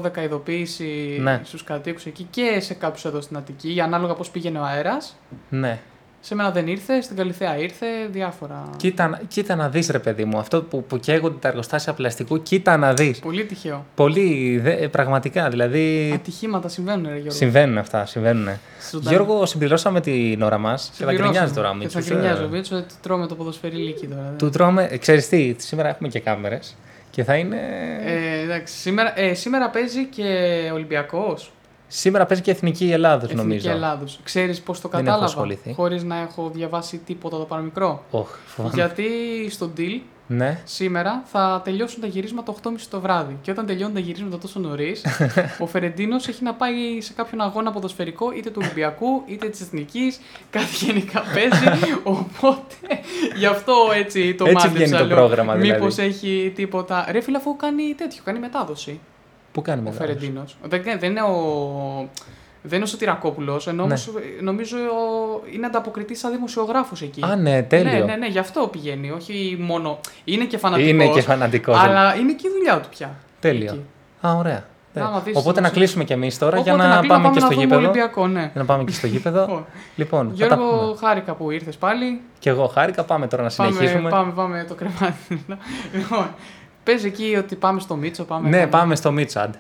S3: 112 ειδοποίηση
S2: Ναι.
S3: στους κατοίκους εκεί και σε κάποιους εδώ στην Αττική, για ανάλογα πώς πήγαινε ο αέρας.
S2: Ναι.
S3: Σε μένα δεν ήρθε, στην Καλυθέα ήρθε, διάφορα.
S2: Κοίτα, κοίτα να δεις ρε παιδί μου, αυτό που, που καίγονται τα εργοστάσια πλαστικού, κοίτα να δεις.
S3: Πολύ τυχαίο.
S2: Πολύ, δε- πραγματικά, δηλαδή
S3: Ατυχήματα συμβαίνουν, ρε Γιώργο.
S2: συμβαίνουν αυτά, συμβαίνουν.
S3: Σουτάρι.
S2: Γιώργο, συμπληρώσαμε την ώρα μας και θα
S3: Συμπληρώσαμε.
S2: γκρινιάζει τώρα ο
S3: Και θα
S2: Μίτσος, ε.
S3: γκρινιάζει ο Μίτσος, ότι τρώμε το ποδοσφαιριλίκι τώρα.
S2: Του τρώμε, ε, ξέρεις τι, σήμερα έχουμε και κάμερες και θα είναι...
S3: Ε, εντάξει, σήμερα, ε, σήμερα παίζει και Ολυμπιακός.
S2: Σήμερα παίζει και Εθνική Ελλάδος
S3: Εθνική
S2: νομίζω.
S3: Ελλάδος. Ξέρεις πώς το
S2: Δεν έχω
S3: κατάλαβα,
S2: ασχοληθεί.
S3: χωρίς να έχω διαβάσει τίποτα το παραμικρό.
S2: Οχ, φοβάμαι.
S3: Γιατί στον deal
S2: Ναι.
S3: σήμερα θα τελειώσουν τα γυρίσματα 8.30 το βράδυ. Και όταν τελειώνουν τα γυρίσματα τόσο νωρίς, ο Φερεντίνος έχει να πάει σε κάποιον αγώνα ποδοσφαιρικό, είτε του Ολυμπιακού, είτε της Εθνικής. Κάτι γενικά παίζει. Οπότε γι' αυτό έτσι το
S2: Έτσι
S3: μάζεψα.
S2: βγαίνει το πρόγραμμα, δηλαδή.
S3: Μήπως έχει τίποτα. Ρε φίλε, αφού κάνει τέτοιο, κάνει μετάδοση
S2: Πού κάνουμε
S3: ο
S2: εδώ.
S3: Φερεντίνος. Δεν, δεν είναι ο. Δεν είναι ο Σωτηρακόπουλος, ενώ όμως,
S2: Ναι.
S3: ε, νομίζω ο- είναι ανταποκριτής σαν δημοσιογράφος εκεί.
S2: Α, ναι, τέλειο.
S3: Ναι, ναι, ναι, γι' αυτό πηγαίνει. Όχι μόνο. Είναι και φανατικός.
S2: Είναι και φανατικός, ναι.
S3: Αλλά είναι και η δουλειά του πια.
S2: Τέλειο.
S3: Εκεί.
S2: Α, ωραία.
S3: Άμα
S2: Τέλεια.
S3: δεις
S2: Οπότε να
S3: δημοσιο-
S2: κλείσουμε κι εμείς τώρα για
S3: Οπότε
S2: να,
S3: κλείνω,
S2: πάμε και
S3: να
S2: στο
S3: δούμε
S2: γήπεδο.
S3: Ολυμπιακό, ναι.
S2: Για να πάμε και στο γήπεδο.
S3: Λοιπόν.
S2: λοιπόν, θα τα πούμε.
S3: Γιώργο, χάρηκα που ήρθες πάλι.
S2: Και εγώ χάρηκα. Πάμε τώρα να
S3: Πάμε,
S2: συνεχίσουμε.
S3: πάμε, πάμε το κρεβάτι. λοιπόν, πες εκεί ότι πάμε στο Μίτσο. Πάμε,
S2: Ναι, πάμε στο Μίτσαντ.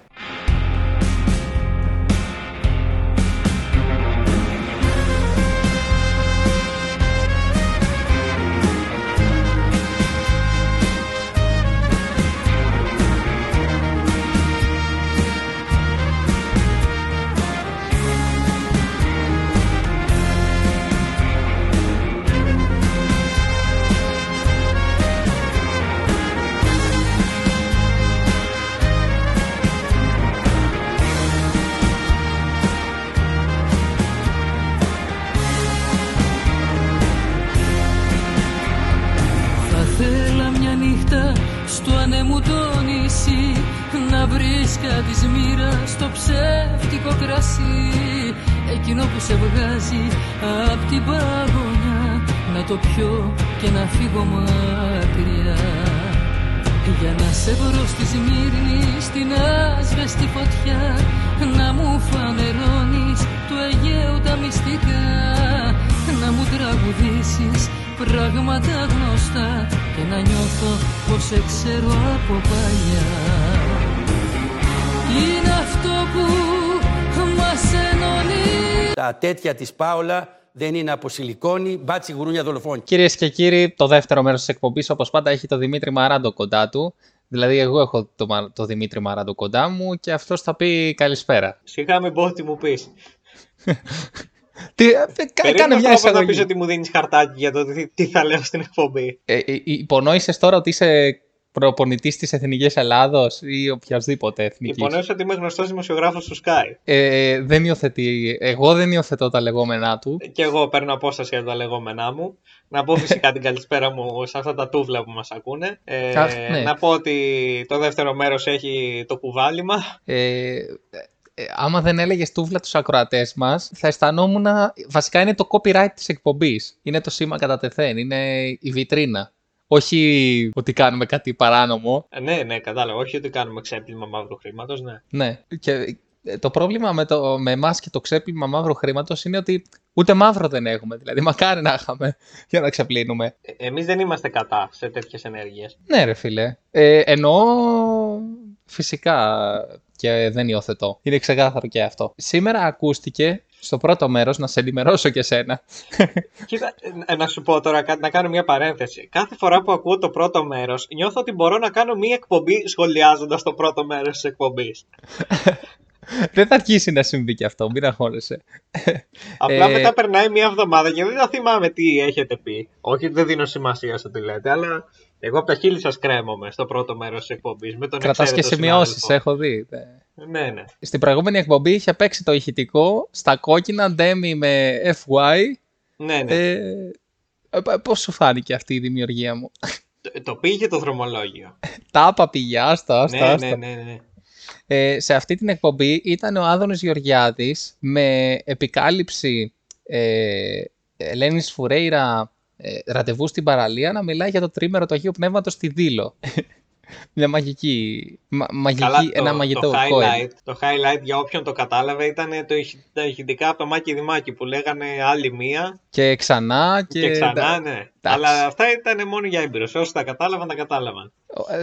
S7: Θα θέλα μια νύχτα στο ανέμου το νησί Να βρίσκα τη μοίρα στο ψεύτικο κρασί Εκείνο που σε βγάζει απ' την παγωνιά Να το πιω και να φύγω μακριά για να σε βρω στη Σμύρνη, στην άσβεστη φωτιά Να μου φανερώνεις του Αιγαίου τα μυστικά Να μου τραγουδήσεις πράγματα γνωστά Και να νιώθω πως σε ξέρω από παλιά Είναι αυτό που μας ενώνει
S8: Τα τέτοια της Πάολα δεν είναι από σιλικόνη, μπάτσι γουρούνια δολοφόνη.
S2: Κυρίες και κύριοι, το δεύτερο μέρος της εκπομπής, όπως πάντα, έχει το Δημήτρη Μαράντο κοντά του. Δηλαδή, εγώ έχω το, Μα- το Δημήτρη Μαράντο κοντά μου και αυτός θα πει καλησπέρα.
S9: Σιγά με πω ότι μου πεις.
S2: Τι, ε, κα- κάνε μια
S9: να πεις
S2: εισαγωγή.
S9: ότι μου δίνεις χαρτάκι για το τι, τι θα λέω στην εκπομπή.
S2: Ε, ε, υπονόησε τώρα ότι είσαι προπονητής της Εθνικής Ελλάδος ή οποιασδήποτε εθνικής.
S9: Υπονοήσω ότι είμαι γνωστός δημοσιογράφος του Sky.
S2: Ε, δεν υιοθετεί. Εγώ δεν υιοθετώ τα λεγόμενά του.
S9: Και εγώ παίρνω απόσταση από τα λεγόμενά μου. Να πω φυσικά την καλησπέρα μου σε αυτά τα τούβλα που μας ακούνε. Ε,
S2: Αχ, ναι.
S9: Να πω ότι το δεύτερο μέρος έχει το κουβάλιμα.
S2: Ε, ε, άμα δεν έλεγες τούβλα τους ακροατές μας, θα αισθανόμουν. Βασικά είναι το copyright της εκπομπής. Είναι το σήμα κατά τεθέν. Είναι η βιτρίνα. Όχι ότι κάνουμε κάτι παράνομο.
S9: Ε, Ναι, ναι, κατάλαβα. Όχι ότι κάνουμε ξέπλυμα μαύρου χρήματος, ναι.
S2: Ναι. Και ε, το πρόβλημα με, το, με εμάς και το ξέπλυμα μαύρου χρήματος είναι ότι ούτε μαύρο δεν έχουμε. Δηλαδή, μακάρι να είχαμε για να ξεπλύνουμε.
S9: Ε, Εμείς δεν είμαστε κατά σε τέτοιες ενέργειες.
S2: Ναι, ρε φίλε. Ε, εννοώ φυσικά και δεν υιοθετώ. Είναι ξεκάθαρο και αυτό. Σήμερα ακούστηκε στο πρώτο μέρος, να σε ενημερώσω και σένα.
S9: Κοίτα, ε, να σου πω τώρα κάτι, να κάνω μια παρένθεση. Κάθε φορά που ακούω το πρώτο μέρος, νιώθω ότι μπορώ να κάνω μια εκπομπή σχολιάζοντας το πρώτο μέρος της εκπομπής.
S2: δεν θα αρχίσει να συμβεί και αυτό, μην αγχώνεσαι.
S9: Απλά
S2: Ε,
S9: μετά περνάει μια εβδομάδα και δεν θα θυμάμαι τι έχετε πει. Όχι, ότι δεν δίνω σημασία στο τι λέτε, αλλά εγώ από τα χείλη σας κρέμομαι στο πρώτο μέρος της εκπομπής. Με τον
S2: Κρατάς και
S9: εξαίρετο
S2: σημειώσεις,
S9: συνάδελφο.
S2: έχω δει. Ε,
S9: Ναι, ναι.
S2: Στην προηγούμενη εκπομπή είχε παίξει το ηχητικό στα κόκκινα Ντέμι με FY.
S9: ναι, ναι.
S2: Ε, ε, πώς σου φάνηκε αυτή η δημιουργία μου.
S9: Το, το πήγε το δρομολόγιο.
S2: Τάπα πήγε, άστα, άστα,
S9: ναι,
S2: άστα.
S9: ναι, ναι, ναι.
S2: Ε, σε αυτή την εκπομπή ήταν ο Άδωνης Γεωργιάδης με επικάλυψη ε, Ελένης Φουρέιρα ε, ραντεβού στην παραλία να μιλάει για το τρίμερο του Αγίου Πνεύματος στη Δήλο. Μια μαγική, μα- μαγική ένα μαγικό
S9: το,
S2: κόελ.
S9: highlight, το highlight για όποιον το κατάλαβε ήταν το, ηχ- τα ηχητικά από το Μάκη Δημάκη που λέγανε άλλη μία
S2: Και ξανά και...
S9: και, ξανά,
S2: τα-
S9: ναι.
S2: εντάξει.
S9: Αλλά αυτά ήταν μόνο για έμπειρους. Όσοι τα κατάλαβαν, τα κατάλαβαν.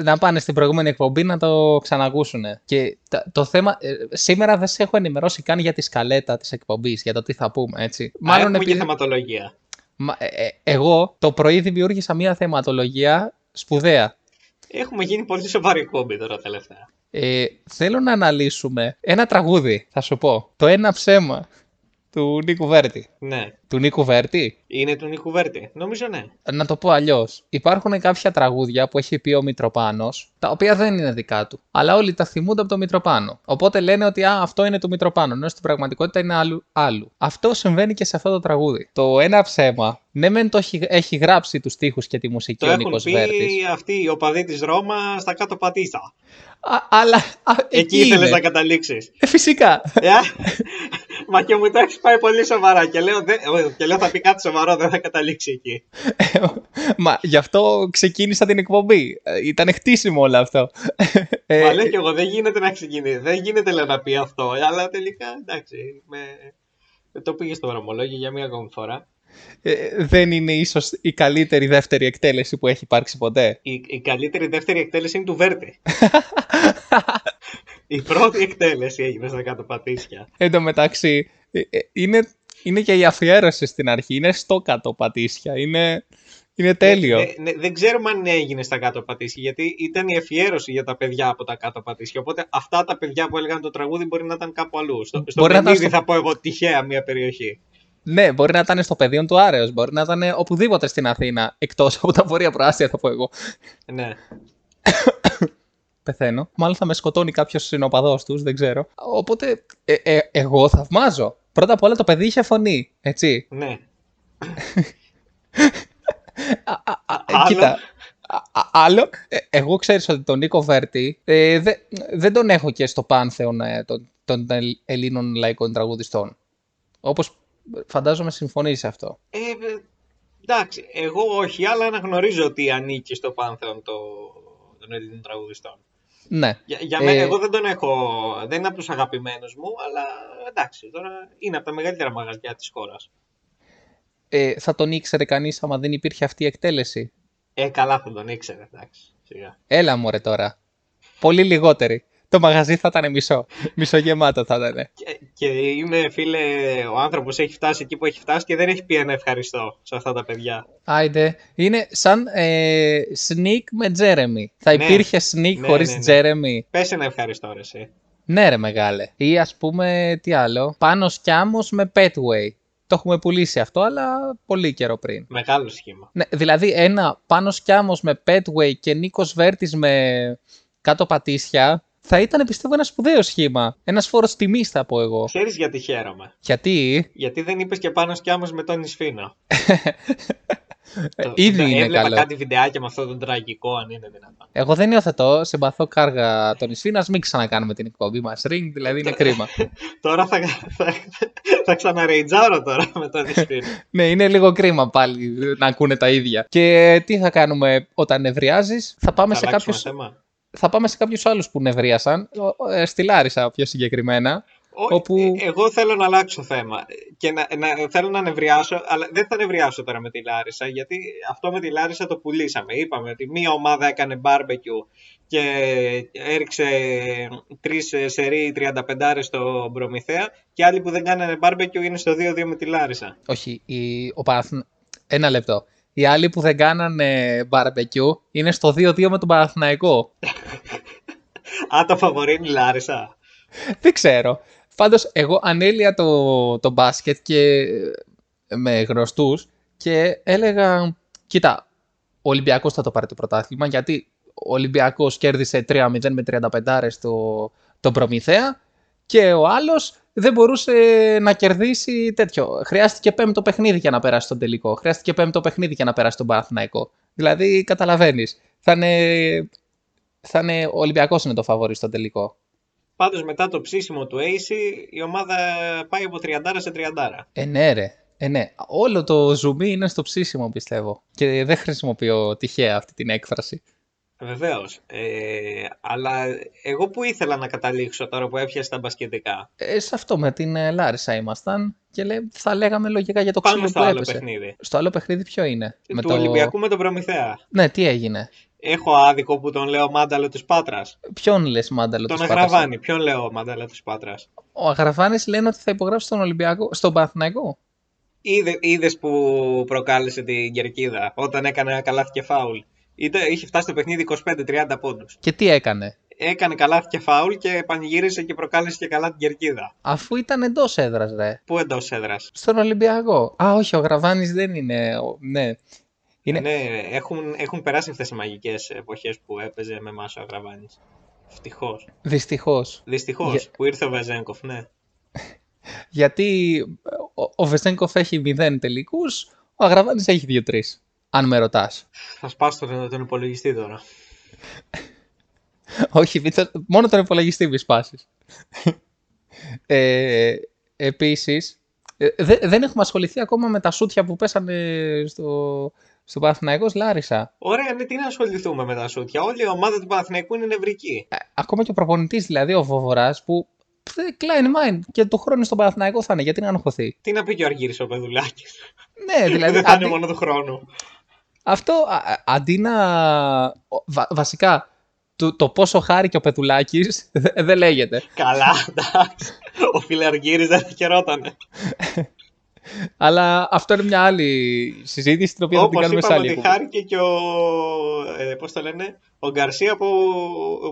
S2: να πάνε στην προηγούμενη εκπομπή να το ξανακούσουν. Και τα- το θέμα. ε, Σήμερα δεν σε έχω ενημερώσει καν για τη σκαλέτα της εκπομπής, για το τι θα πούμε, έτσι.
S9: Μάλλον έχουμε
S2: επειδή-
S9: και θεματολογία.
S2: μα- ε, ε, εγώ το πρωί δημιούργησα μία θεματολογία σπουδαία.
S9: Έχουμε γίνει πολύ σοβαρή εκπομπή τώρα τελευταία.
S2: Ε, θέλω να αναλύσουμε ένα τραγούδι, θα σου πω. Το ένα ψέμα του Νίκου Βέρτη.
S9: Ναι.
S2: Του Νίκου Βέρτη.
S9: Είναι του Νίκου Βέρτη. Νομίζω ναι.
S2: Να το πω αλλιώς. Υπάρχουν κάποια τραγούδια που έχει πει ο Μητροπάνος, τα οποία δεν είναι δικά του. Αλλά όλοι τα θυμούνται από τον Μητροπάνο. Οπότε λένε ότι Α, αυτό είναι του Μητροπάνο, ενώ στην πραγματικότητα είναι άλλου. άλλου. Αυτό συμβαίνει και σε αυτό το τραγούδι. Το ένα ψέμα, ναι, μεν το έχει, έχει γράψει τους στίχους και τη μουσική
S9: το
S2: ο
S9: έχουν
S2: Νίκος
S9: πει
S2: Βέρτης.
S9: αυτοί οι οπαδοί της Ρώμα στα κάτω πατήσα.
S2: Αλλά α,
S9: Εκεί,
S2: εκεί,
S9: ήθελες
S2: είναι.
S9: να καταλήξεις.
S2: Ε, Φυσικά.
S9: Μα και μου το έχεις πάει πολύ σοβαρά. Και λέω, «Δεν- ε, και λέω θα πει κάτι σοβαρό, δεν θα καταλήξει εκεί.
S2: Μα γι' αυτό ξεκίνησα την εκπομπή. Ε, Ήταν χτίσιμο όλο αυτό. Ε,
S9: Μα λέω κι εγώ, δεν γίνεται να ξεκινήσει. Δεν γίνεται λέω, να πει αυτό. Αλλά τελικά εντάξει. Με... Το πήγε στο δρομολόγιο για μία ακόμη φορά.
S2: ε, δεν είναι ίσως η καλύτερη δεύτερη εκτέλεση που έχει υπάρξει ποτέ.
S9: Η, η καλύτερη δεύτερη εκτέλεση είναι του Βέρτη. η πρώτη εκτέλεση έγινε στα κάτω πατήσια.
S2: Εν τω μεταξύ, ε, ε, είναι, είναι και η αφιέρωση στην αρχή. Είναι στο κατοπατήσια. Είναι, είναι τέλειο.
S9: Ε, ναι, δεν ξέρουμε αν έγινε στα κάτω πατήσια, γιατί ήταν η αφιέρωση για τα παιδιά από τα κάτω πατήσια. Οπότε αυτά τα παιδιά που έλεγαν το τραγούδι μπορεί να ήταν κάπου αλλού. Στο, στο
S2: Μπορεί να ήταν
S9: Βενίδι
S2: στο-
S9: θα πω εγώ τυχαία μια περιοχή.
S2: Ναι, μπορεί να ήταν στο πεδίο του Άρεος, μπορεί να ήταν οπουδήποτε στην Αθήνα, εκτός από τα Βόρεια Προάστια θα πω εγώ.
S9: Ναι.
S2: Πεθαίνω. Μάλλον θα με σκοτώνει κάποιος συνοπαδός τους, δεν ξέρω. Οπότε, ε, ε, εγώ θαυμάζω. Πρώτα απ' όλα το παιδί είχε φωνή, έτσι.
S9: ναι.
S2: Α, ε,
S9: Άλλο.
S2: Κοίτα. Α, α, άλλο. Ε, εγώ ξέρεις ότι τον Νίκο Βέρτη ε, δε- δεν τον έχω και στο πάνθεον ε, των, των Ελ- Ελλήνων λαϊκών τραγουδιστών. Όπως φαντάζομαι συμφωνείς σε αυτό.
S9: Ε, ε, εντάξει, εγώ όχι, αλλά αναγνωρίζω ότι ανήκει στο πάνθεον το, των Ελλήνων τραγουδιστών.
S2: Ναι.
S9: Για, για
S2: Ε,
S9: μένα, εγώ δεν τον έχω, δεν είναι από τους αγαπημένους μου, αλλά εντάξει, τώρα είναι από τα μεγαλύτερα μαγαζιά της χώρας.
S2: ε, θα τον ήξερε κανείς άμα δεν υπήρχε αυτή η εκτέλεση.
S9: Ε, καλά θα τον ήξερε, εντάξει, σιγά.
S2: Έλα μωρέ τώρα. Πολύ λιγότερη. Το μαγαζί θα ήταν μισό. Μισογεμάτο θα ήταν.
S9: Και, και είμαι, φίλε, ο άνθρωπος έχει φτάσει εκεί που έχει φτάσει και δεν έχει πει ένα ευχαριστώ σε αυτά τα παιδιά.
S2: Άιντε. Είναι σαν ε, Sneak με Τζέρεμι. Θα
S9: Ναι.
S2: υπήρχε Sneak
S9: Ναι,
S2: χωρίς
S9: ναι, ναι.
S2: Τζέρεμι.
S9: Πες ένα ευχαριστώ, ρε, εσύ.
S2: Ναι, ρε μεγάλε. Ή ας πούμε, τι άλλο. Πάνω σκιάμος με Petway. Το έχουμε πουλήσει αυτό, αλλά πολύ καιρό πριν.
S9: Μεγάλο σχήμα.
S2: Ναι, δηλαδή, ένα πάνω σκιάμος με Petway και Νίκος Βέρτης με κάτω πατήσια θα ήταν, πιστεύω, ένα σπουδαίο σχήμα. Ένας φόρος τιμής, θα πω εγώ.
S9: Ξέρεις γιατί χαίρομαι.
S2: Γιατί
S9: Γιατί δεν είπες και πάνω κι άμως με τον Ισφίνα.
S2: ε,
S9: Το-
S2: ήδη
S9: το-
S2: είναι
S9: έβλεπα
S2: καλό.
S9: κάτι βιντεάκια με αυτό τον τραγικό, αν είναι δυνατόν.
S2: Εγώ δεν υιοθετώ, συμπαθώ κάργα τον Ισφίνα. Μην ξανακάνουμε την εκπομπή μας. Ring, δηλαδή
S9: Ναι.
S2: είναι κρίμα.
S9: Τώρα θα, θα, θα ξαναρεϊτζάρω τώρα με τον Ισφίνα.
S2: Ναι, είναι λίγο κρίμα πάλι να ακούνε τα ίδια. Και τι θα κάνουμε όταν νευριάζεις, θα πάμε
S9: θα
S2: σε
S9: αλλάξουμε
S2: κάποιους
S9: θέμα.
S2: θα πάμε σε κάποιους άλλους που νευρίασαν, ο- ε, στη Λάρισα πιο συγκεκριμένα.
S9: Ο-
S2: όπου-
S9: ε, εγώ θέλω να αλλάξω θέμα και να, να- θέλω να νευριάσω, αλλά δεν θα νευριάσω τώρα με τη Λάρισα, γιατί αυτό με τη Λάρισα το πουλήσαμε. Είπαμε ότι μία ομάδα έκανε barbecue και έριξε τρεις ε, σερί 35 στο Προμηθέα και άλλοι που δεν κάνανε barbecue είναι στο 2-2 με τη Λάρισα.
S2: Όχι, η, ο Παναθ- Ένα λεπτό. Οι άλλοι που δεν κάνανε barbecue είναι στο 2-2 με τον Παναθηναϊκό.
S9: Α, το φαβορεί είναι η Λάρισα.
S2: δεν ξέρω. Πάντως, εγώ ανέλυα το, το μπάσκετ και ε, με γνωστούς και έλεγα, κοίτα, ο Ολυμπιακός θα το πάρει το πρωτάθλημα γιατί ο Ολυμπιακός κέρδισε 3-0 με 35 στο, τον Προμηθέα και ο άλλος δεν μπορούσε να κερδίσει τέτοιο. Χρειάστηκε πέμπτο παιχνίδι για να περάσει τον τελικό. Χρειάστηκε πέμπτο παιχνίδι για να περάσει τον Παναθηναϊκό. Δηλαδή, καταλαβαίνεις, θα είναι, θα είναι, ο Ολυμπιακός είναι το φαβορή στο τελικό.
S9: Πάντως μετά το ψήσιμο του AC η ομάδα πάει από 30 σε 30.
S2: Ε, ναι, ρε. Ε, ναι. Όλο το ζουμί είναι στο ψήσιμο, πιστεύω. Και δεν χρησιμοποιώ τυχαία αυτή την έκφραση.
S9: Βεβαίως. Ε, αλλά εγώ που ήθελα να καταλήξω τώρα που έπιασε τα μπασκετικά.
S2: Ε, σε αυτό με την ε, Λάρισα ήμασταν και λέ, θα λέγαμε λογικά για το
S9: Πάμε
S2: ξύλο
S9: στο
S2: που
S9: άλλο
S2: έπεσε.
S9: παιχνίδι.
S2: Στο άλλο παιχνίδι ποιο είναι.
S9: του Ολυμπιακού με τον Προμηθέα.
S2: Ναι, τι έγινε.
S9: Έχω άδικο που τον λέω Μάνταλο της Πάτρας.
S2: Ποιον λες μάνταλο
S9: Τον
S2: τους Πάτρας? ναι.
S9: Αγραβάνη. Ποιον λέω Μάνταλο της Πάτρας.
S2: Ο Αγραβάνης λένε ότι θα υπογράψει στον Ολυμπιακό, στον Παναθηναϊκό.
S9: Είδε που προκάλεσε την κερκίδα όταν έκανε ένα καλάθι και φάουλ. Ήταν, είχε φτάσει το παιχνίδι 25-30 πόντους.
S2: Και τι έκανε.
S9: Έκανε καλάθι και φάουλ και πανηγύρισε και προκάλεσε και καλά την κερκίδα.
S2: Αφού ήταν εντός έδρας, ρε.
S9: Πού εντός έδρας.
S2: Στον Ολυμπιακό. Α, όχι, ο Γραβάνης δεν είναι. ο- Ναι. Είναι...
S9: Ναι, έχουν, έχουν περάσει αυτές οι μαγικές εποχές που έπαιζε με εμάς ο Αγραβάνη. Ευτυχώς.
S2: Δυστυχώς.
S9: Δυστυχώς
S2: Για-
S9: που ήρθε ο Βεζέγκοφ, ναι.
S2: Γιατί ε, ο, ο Βεζέγκοφ έχει 0 τελικούς, ο Αγραβάνης έχει 2-3. Αν με ρωτάς.
S9: Θα σπάσω τον, τον υπολογιστή τώρα.
S2: όχι, μη το- μόνο τον υπολογιστή μη σπάσεις. ε, Επίσης, δεν έχουμε ασχοληθεί ακόμα με τα σούτια που πέσανε στο, στο Παναθηναϊκός Λάρισα.
S9: Ωραία, ναι, τι να ασχοληθούμε με τα σούτια. Όλη η ομάδα του Παναθηναϊκού είναι νευρική.
S2: ακόμα και ο προπονητής δηλαδή, ο Βοβοράς, που π, Klein mind και του χρόνου στον Παναθηναϊκό θα είναι, γιατί να αγχωθεί.
S9: Τι να πει και ο Αργύρης ο Πεδουλάκης.
S2: Ναι, δηλαδή.
S9: Δεν θα είναι
S2: αντί-
S9: μόνο του χρόνου.
S2: Αυτό α, α, αντί να. ο, βα- βασικά, το, το πόσο χάρηκε ο Πετουλάκης δεν λέγεται.
S9: Καλά, εντάξει. Ο φίλε Αργύρης δεν θα χαιρότανε.
S2: Αλλά αυτό είναι μια άλλη συζήτηση την οποία θα την
S9: Όπως
S2: κάνουμε σε
S9: είπαμε,
S2: άλλη.
S9: ότι
S2: εκπομπή.
S9: χάρηκε και ο. Ε, Πώς το λένε, ο Γκαρσία που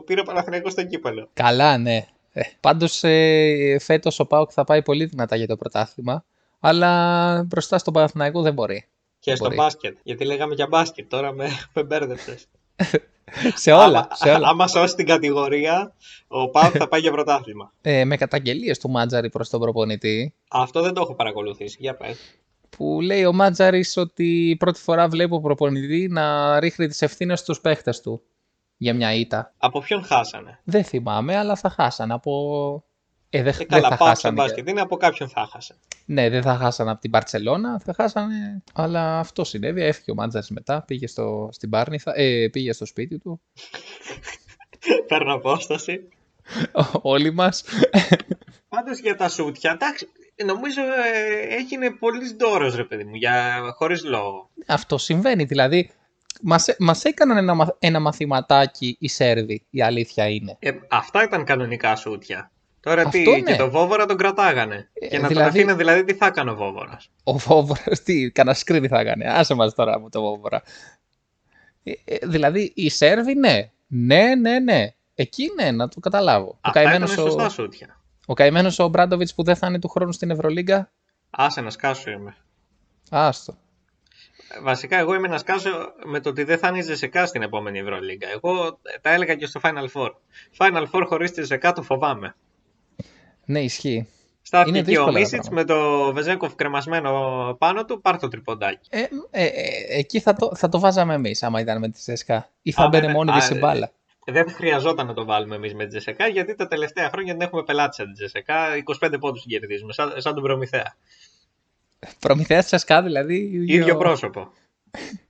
S9: πήρε ο Παναθηναϊκός στο κύπελο.
S2: Καλά, ναι. Ε, Πάντως ε, φέτος ο Πάοκ θα πάει πολύ δυνατά για το πρωτάθλημα. Αλλά μπροστά στον Παναθηναϊκό δεν μπορεί.
S9: Και στο
S2: Μπορεί.
S9: μπάσκετ. Γιατί λέγαμε για μπάσκετ, τώρα με, με μπέρδεψες.
S2: σε όλα. σε όλα.
S9: Άμα σώσει την κατηγορία, ο Πάουκ θα πάει για πρωτάθλημα.
S2: Ε, με καταγγελίες του Μάντζαρη προς τον προπονητή,
S9: Αυτό δεν το έχω παρακολουθήσει. Για πες.
S2: που λέει ο Μάτζαρης ότι πρώτη φορά βλέπω προπονητή να ρίχνει τις ευθύνες στους παίχτες του για μια ήττα.
S9: Από ποιον χάσανε.
S2: Δεν θυμάμαι, αλλά θα χάσαν από... Ε, δεν,
S9: Ε,
S2: δεν θα
S9: καλά, πάω στο
S2: χάσανε.
S9: μπάσκετ. Είναι από κάποιον θα χάσε.
S2: Ναι, δεν θα χάσανε από την Μπαρτσελώνα, θα χάσανε... Αλλά αυτό συνέβη, έφυγε ο Μάντζαρης μετά, πήγε στο, στην Πάρνηθα, ε, πήγε στο σπίτι του,
S9: Παίρνω απόσταση.
S2: όλοι μας.
S9: Πάντως για τα σούτια, εντάξει, νομίζω ε, έγινε πολύ ντόρος ρε παιδί μου, για, χωρίς λόγο.
S2: Αυτό συμβαίνει, δηλαδή μας, έ- μας έκαναν ένα, μαθ- ένα μαθηματάκι οι Σέρβοι, η αλήθεια είναι.
S9: Ε, αυτά ήταν κανονικά σούτια. Τώρα τι,
S2: Αυτό ναι.
S9: και το Βόβορα τον κρατάγανε.
S2: Ε,
S9: και να τον
S2: δηλαδή-
S9: αφήναν δηλαδή τι θα έκανε ο Βόβορας.
S2: Ο Βόβορα, τι, κανένα σκρίνι θα έκανε. Άσε μας τώρα με το Βόβορα. Ε, ε, δηλαδή, οι Σέρβοι, ναι. Ναι, ναι, ναι. Εκεί ναι, να το καταλάβω. Ο
S9: Αυτά ήταν
S2: καημένος
S9: σωστά
S2: ο,
S9: σούτια.
S2: ο, καημένος ο Μπράντοβιτς που δεν θα είναι του χρόνου στην Ευρωλίγκα.
S9: Άσε να σκάσω είμαι.
S2: Άστο.
S9: Βασικά, εγώ είμαι να σκάσω με το ότι δεν θα είναι η Ζεσεκά στην επόμενη Ευρωλίγκα. Εγώ ε, τα έλεγα και στο Final Four. Final Four χωρίς τη Ζεσεκά το φοβάμαι.
S2: Ναι, ισχύει. Είναι
S9: Στάθηκε και ο
S2: δύσκολα τα
S9: Μίσιτ με το Βεζέκοφ κρεμασμένο πάνω του, πάρ το τριποντάκι.
S2: Ε, ε, ε, εκεί θα το, θα το βάζαμε εμείς, άμα ήταν με τη ΣΕΣΚΑ. Ή θα
S9: Α,
S2: μπαίνει
S9: ναι,
S2: μόνη
S9: α,
S2: της η
S9: ε,
S2: μπάλα.
S9: Δεν χρειαζόταν να το βάλουμε εμείς με τη Ζεσεκά, γιατί τα τελευταία χρόνια την έχουμε πελάτη σαν τη Ζεσεκά. 25 πόντου κερδίζουμε, σαν, σαν τον Προμηθέα.
S2: Προμηθέας ΣΕΣΚΑ, δηλαδή.
S9: ε. ίδιο πρόσωπο.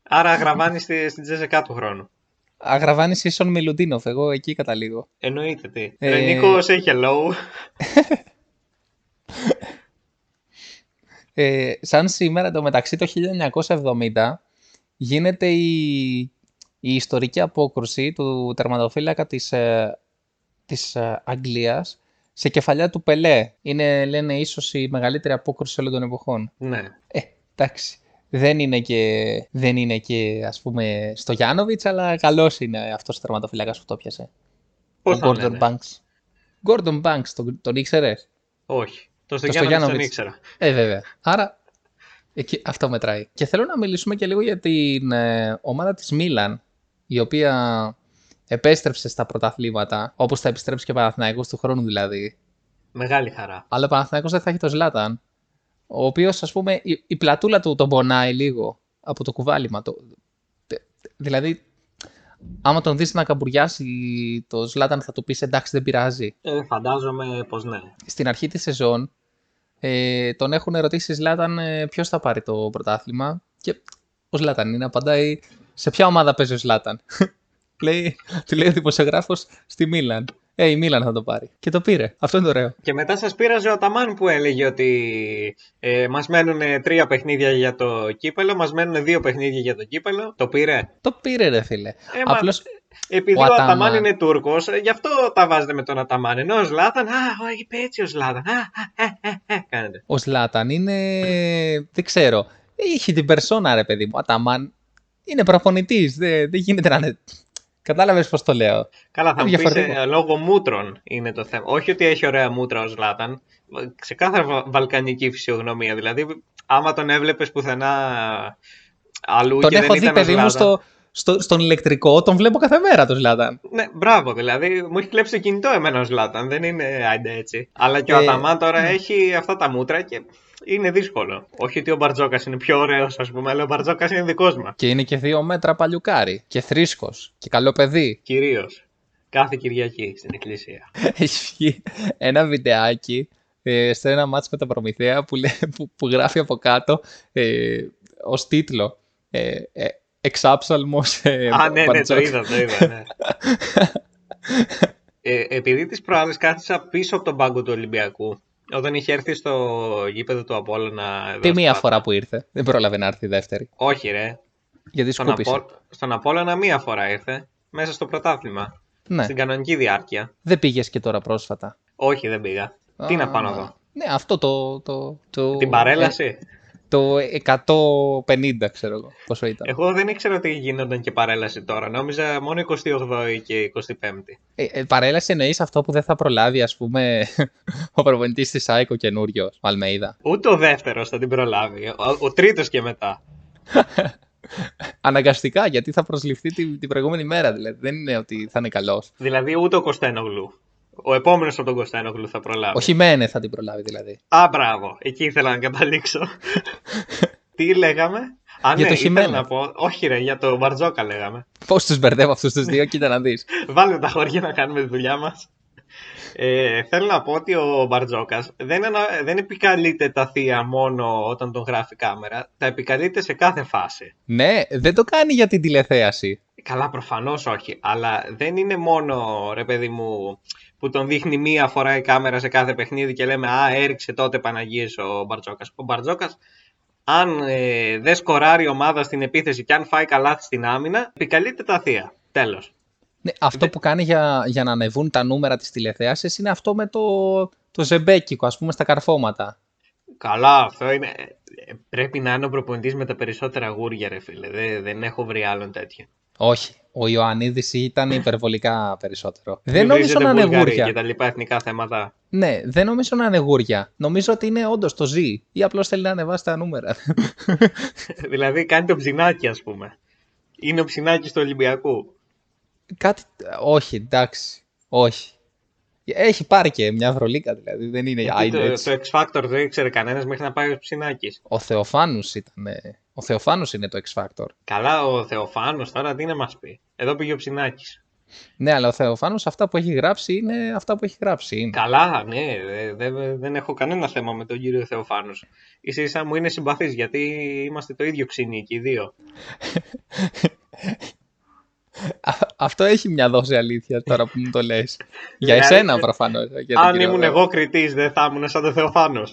S9: Άρα αγραβάνει στη, στην Τζεσεκά του χρόνου.
S2: Αγραβάνης ίσον Μιλουντίνοφ, εγώ εκεί καταλήγω.
S9: Εννοείται τι.
S2: Ε,
S9: Ε... Νίκο, say hello.
S2: Ε, σαν σήμερα το μεταξύ το 1970 γίνεται η, η ιστορική απόκρουση του τερματοφύλακα της, ε, της ε, Αγγλίας σε κεφαλιά του Πελέ. Είναι, λένε, ίσως η μεγαλύτερη απόκρουση όλων των εποχών.
S9: ναι.
S2: Ε, εντάξει. Δεν είναι και, δεν είναι και ας πούμε, στο Γιάννοβιτς, αλλά καλός είναι αυτός ο τερματοφύλακας που το πιασε.
S9: Πώς
S2: ο
S9: τον
S2: Gordon
S9: λένε.
S2: Banks. Gordon Banks, τον, τον ήξερες.
S9: Όχι. Το
S2: Το
S9: Στογιάννοβιτς τον
S2: Στογιάννοβιτς.
S9: ήξερα.
S2: Ε, βέβαια. Άρα εκεί, αυτό μετράει. Και θέλω να μιλήσουμε και λίγο για την ε, ομάδα της Μίλαν, η οποία επέστρεψε στα πρωταθλήματα, όπως θα επιστρέψει και ο Παναθηναϊκός του χρόνου δηλαδή.
S9: Μεγάλη χαρά.
S2: Αλλά ο Παναθηναϊκός δεν θα έχει τον Ζλάταν, ο οποίος ας πούμε η, η πλατούλα του τον πονάει λίγο από το κουβάλιμα. Το, τε- τε- δηλαδή, άμα τον δεις να καμπουριάσει το Ζλάταν θα του πεις εντάξει δεν πειράζει
S9: Ε, φαντάζομαι πως ναι.
S2: στην αρχή της σεζόν ε, τον έχουν ερωτήσει Ζλάταν ε, ποιος θα πάρει το πρωτάθλημα και ο Ζλάταν είναι απαντάει σε ποια ομάδα παίζει ο Ζλάταν. λέει, του λέει ο δημοσιογράφος στη Μίλαν. Ε, η Μίλαν θα το πάρει. Και το πήρε. Αυτό είναι το ωραίο.
S9: Και μετά σας πήραζε ο Αταμάν που έλεγε ότι ε, μας μένουν τρία παιχνίδια για το κύπελο, μας μένουν δύο παιχνίδια για το κύπελο. Το πήρε.
S2: Το πήρε, ρε φίλε.
S9: Ε, μα-
S2: Απλώς
S9: Επειδή
S2: Ο
S9: ο, Αταμάν.
S2: Αταμάν
S9: είναι Τούρκος, γι' αυτό τα βάζετε με τον Αταμάν. Ενώ ο Σλάταν, α, ο, είπε έτσι ο Σλάταν. Α, α, α, α, α, κάνετε.
S2: ο Σλάταν είναι. Δεν ξέρω. Έχει την περσόνα, ρε παιδί μου. Αταμάν είναι προπονητής. Δεν, δεν γίνεται να είναι. Κατάλαβες πώς το λέω.
S9: Καλά, θα
S2: Είναι
S9: μου πεις,
S2: διαφορετικό.
S9: ε, λόγω μούτρων είναι το θέμα. Όχι ότι έχει ωραία μούτρα ο Σλάταν. Ξεκάθαρα βα- βαλκανική φυσιογνωμία. Δηλαδή, άμα τον έβλεπες πουθενά αλλού
S2: τον
S9: και
S2: έχω
S9: δεν
S2: δει,
S9: ήταν ο
S2: παιδί μου,
S9: Ζλάταν.
S2: στο, στο, στον ηλεκτρικό. Τον βλέπω κάθε μέρα τον Σλάταν.
S9: Ναι, μπράβο, δηλαδή μου έχει κλέψει το κινητό εμένα ο Σλάταν. Δεν είναι άντε έτσι. Αλλά και ο
S2: Ε,
S9: Αταμάν τώρα έχει αυτά τα μούτρα και είναι δύσκολο. Όχι ότι ο Μπαρτζόκας είναι πιο ωραίος, ας πούμε, αλλά ο Μπαρτζόκας είναι δικός μας.
S2: Και είναι και δύο μέτρα παλιουκάρι. Και θρήσκος. Και καλό παιδί.
S9: Κυρίως. Κάθε Κυριακή στην εκκλησία.
S2: έχει βγει ένα βιντεάκι ε, σε ένα μάτς με τα Προμηθέα που, λέ- που, που γράφει από κάτω ε, ως τίτλο ε, ε, «Εξάψαλμος ε,
S9: Α, ναι, ναι, το
S2: Μπαρτζόκας».
S9: είδα, το είδα. Ναι. ε, επειδή τις προάλλες κάθισα πίσω από τον πάγκο του Ολυμπιακού, όταν είχε έρθει στο γήπεδο του Απόλλωνα... εδώ
S2: Τη
S9: στο
S2: μία
S9: Πάτρα.
S2: φορά που ήρθε. Δεν πρόλαβε να έρθει η δεύτερη.
S9: Όχι ρε,
S2: Γιατί
S9: στον,
S2: σκούπισε.
S9: Απο... στον Απόλλωνα μία φορά ήρθε, μέσα στο πρωτάθλημα,
S2: Ναι.
S9: στην κανονική διάρκεια.
S2: Δεν πήγες και τώρα πρόσφατα.
S9: Όχι, δεν πήγα. Τι να πάω να δω.
S2: Ναι, αυτό το... το, το
S9: Την παρέλαση.
S2: ε, το 150 ξέρω εγώ πόσο ήταν.
S9: Εγώ δεν ήξερα ότι γίνονταν και παρέλαση τώρα. Νόμιζα μόνο 28η και 25η.
S2: Ε, ε, παρέλαση εννοείς αυτό που δεν θα προλάβει ας πούμε ο προπονητής της ΑΕΚ ο καινούριος, ο Αλμέιδα.
S9: Ούτε ο δεύτερος θα την προλάβει. Ο, ο τρίτος και μετά.
S2: Αναγκαστικά, γιατί θα προσληφθεί την, την προηγούμενη μέρα. Δηλαδή, δεν είναι ότι θα είναι καλός.
S9: Δηλαδή ούτε ο Κωστένογλου. Ο επόμενος από τον Κωστένογλου θα προλάβει.
S2: Ο Χιμένε θα την προλάβει, δηλαδή.
S9: Α, μπράβο. Εκεί ήθελα να καταλήξω. Τι λέγαμε. Α,
S2: Για
S9: ναι,
S2: το
S9: ήθελα
S2: Χιμένα.
S9: να πω. Όχι, ρε, για το Μπαρτζόκα λέγαμε.
S2: Πώς τους μπερδεύω αυτούς τους δύο, κοίτα να δεις.
S9: Βάλτε τα χωριά να κάνουμε τη δουλειά μας. Ε, θέλω να πω ότι ο Μπαρτζόκα δεν, ανα- δεν επικαλείται τα θεία μόνο όταν τον γράφει κάμερα. Τα επικαλείται σε κάθε φάση.
S2: ναι, δεν το κάνει για την τηλεθέαση.
S9: Καλά, προφανώς όχι. Αλλά δεν είναι μόνο ρε παιδί μου που τον δείχνει μία φορά η κάμερα σε κάθε παιχνίδι και λέμε Α, έριξε τότε Παναγίες ο Μπαρτζόκας. Ο Μπαρτζόκας, αν ε, δεν σκοράρει η ομάδα στην επίθεση και αν φάει καλά στην άμυνα, επικαλείται τα θεία. Τέλος.
S2: Ναι, αυτό
S9: Δεν-
S2: που κάνει για, για να ανεβούν τα νούμερα της τηλεθέασης είναι αυτό με το, το ζεμπέκικο, ας πούμε, στα καρφώματα.
S9: Καλά, αυτό είναι. ε, Πρέπει να είναι ο προπονητής με τα περισσότερα γούρια, ρε φίλε. Δεν, δεν έχω βρει άλλον τέτοιο.
S2: Όχι. Ο Ιωαννίδης ήταν υπερβολικά περισσότερο. δεν
S9: Μην
S2: νομίζω
S9: βρίζετε
S2: να είναι
S9: Βουλγαροί
S2: γούρια.
S9: Και τα λοιπά εθνικά θέματα.
S2: Ναι, δεν νομίζω να είναι γούρια. Νομίζω ότι είναι όντως το ζει ή απλώς θέλει να ανεβάσει τα νούμερα.
S9: δηλαδή, κάνει το ψινάκι, ας πούμε. Είναι ο ψινάκι του Ολυμπιακού.
S2: Κάτι. Όχι, εντάξει. Όχι. Έχει πάρει και μια βρολίκα δηλαδή. Δεν είναι
S9: Γιατί
S2: άιντε
S9: το,
S2: έτσι.
S9: το X Factor δεν ήξερε κανένας μέχρι να πάει ο ψινάκι.
S2: Ο Θεοφάνους ήταν. ε, Ο Θεοφάνους είναι το X Factor.
S9: Καλά, ο Θεοφάνος τώρα τι να μας πει. Εδώ πήγε ο ψινάκι.
S2: Ναι, αλλά ο Θεοφάνους αυτά που έχει γράψει είναι αυτά που έχει γράψει. Είναι.
S9: Καλά, ναι, δε- δε- δεν έχω κανένα θέμα με τον κύριο Θεοφάνος. σα ίσα μου είναι συμπαθής γιατί είμαστε το ίδιο ξυνή και οι δύο.
S2: Α- Αυτό έχει μια δόση αλήθειας τώρα που μου το λες. Για
S9: Δηλαδή,
S2: εσένα προφανώς. για τον
S9: Αν
S2: κύριο
S9: ήμουν
S2: Θεό.
S9: εγώ κριτής, δεν θα ήμουν σαν τον Θεοφάνος.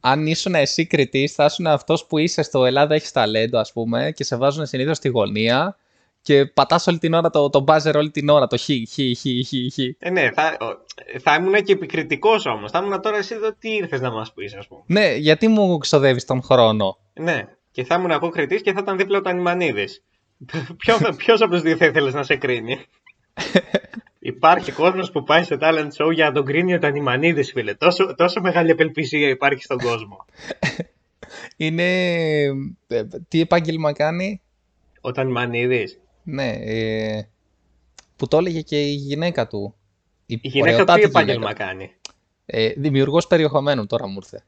S2: Αν ήσουν εσύ κριτής, θα ήσουν αυτός που είσαι στο Ελλάδα έχεις ταλέντο, ας πούμε, και σε βάζουν συνήθως στη γωνία και πατάς όλη την ώρα το, το μπάζερ, όλη την ώρα το χι, χι, χι, χι, χι.
S9: Ε, ναι, θα, ο- θα ήμουν και επικριτικός όμως. Θα ήμουν τώρα εσύ εδώ τι ήρθες να μας πεις, ας πούμε.
S2: Ναι, γιατί μου ξοδεύεις τον χρόνο.
S9: Ναι, και θα ήμουν εγώ κριτής και θα ήταν δίπλα ο Τανιμανίδης. Ποιο από τους δύο θα ήθελες να σε κρίνει. υπάρχει κόσμος που πάει σε talent show για να τον κρίνει ο Τανιμανίδης, φίλε. Τόσο, τόσο μεγάλη απελπισία υπάρχει στον κόσμο.
S2: Είναι. ε, Τι επάγγελμα κάνει.
S9: Ο Τανιμανίδης.
S2: Ναι. ε, που το έλεγε και η γυναίκα του. Η,
S9: Η γυναίκα του
S2: ωραιοτάτη
S9: τι επάγγελμα
S2: γυναίκα.
S9: κάνει.
S2: Ε, Δημιουργός περιεχομένου τώρα μου ήρθε.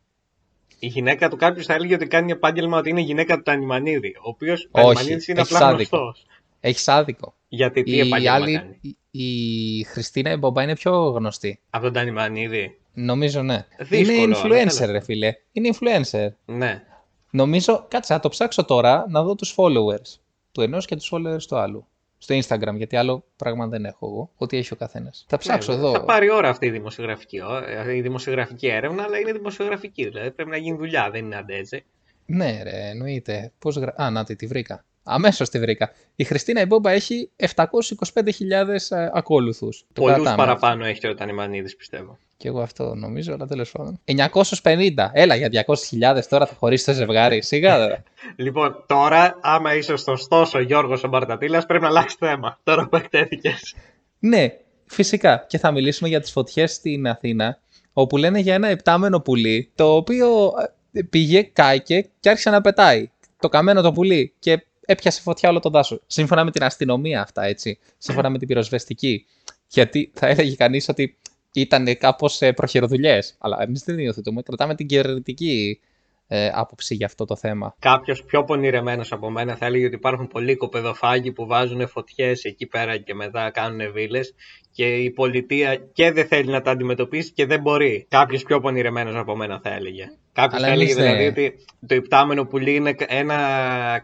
S9: Η γυναίκα του κάποιος θα έλεγε ότι κάνει επάγγελμα ότι είναι γυναίκα του Τανιμανίδη. Ο οποίος
S2: Όχι,
S9: Τανιμανίδης είναι
S2: έχεις
S9: απλά
S2: άδικο.
S9: γνωστός.
S2: Έχεις άδικο.
S9: Γιατί τι
S2: Η,
S9: επάγγελμα
S2: άλλη,
S9: κάνει.
S2: η, η Χριστίνα η Μπομπά είναι πιο γνωστή.
S9: Από τον Τανιμανίδη.
S2: Νομίζω ναι.
S9: Δύσκολο,
S2: είναι
S9: αλλά
S2: influencer,
S9: τέλος.
S2: ρε φίλε. Είναι influencer.
S9: Ναι.
S2: Νομίζω, κάτσε να το ψάξω τώρα να δω τους followers του ενός και τους followers του άλλου. στο Instagram, γιατί άλλο πράγμα δεν έχω εγώ. Ό,τι έχει ο καθένας. Θα ψάξω εδώ.
S9: Ναι, Θα πάρει ώρα αυτή η δημοσιογραφική, ε, η δημοσιογραφική έρευνα, αλλά είναι δημοσιογραφική. Δηλαδή πρέπει να γίνει δουλειά, δεν είναι αντί έτσι.
S2: Ναι, ρε, εννοείται. Πώς γρα... Α, να τη, τη βρήκα. Αμέσως τη βρήκα. Η Χριστίνα η Μπόμπα έχει 725.000 ακόλουθου.
S9: Πολλού παραπάνω έχει ο Τανιμανίδης, πιστεύω.
S2: Και εγώ αυτό νομίζω, αλλά τέλος πάντων. 950. Έλα για 200.000 τώρα θα χωρίσει το ζευγάρι. Σιγά τώρα.
S9: λοιπόν, τώρα, άμα είσαι σωστό ο Γιώργο ο Μπαρτατήλα, πρέπει να αλλάξεις θέμα. Τώρα που εκτέθηκες.
S2: ναι, φυσικά. Και θα μιλήσουμε για τις φωτιές στην Αθήνα, όπου λένε για ένα επτάμενο πουλί, το οποίο ε, πήγε, κάηκε και άρχισε να πετάει. Το καμένο το πουλί και έπιασε φωτιά όλο το δάσο. Σύμφωνα με την αστυνομία αυτά, έτσι. Σύμφωνα με την πυροσβεστική. Γιατί θα έλεγε κανείς ότι ήταν κάπως προχειροδουλειές. Αλλά εμείς δεν υιοθετούμε. Κρατάμε την κυβερνητική ε, άποψη για αυτό το θέμα.
S9: Κάποιος πιο πονηρεμένος από μένα θα έλεγε ότι υπάρχουν πολλοί κοπεδοφάγοι που βάζουν φωτιές εκεί πέρα και μετά κάνουν βίλες και η πολιτεία και δεν θέλει να τα αντιμετωπίσει και δεν μπορεί. Κάποιος πιο πονηρεμένος από μένα θα έλεγε. Κάποιος θα έλεγε δηλαδή ναι. ότι το υπτάμενο πουλί είναι ένα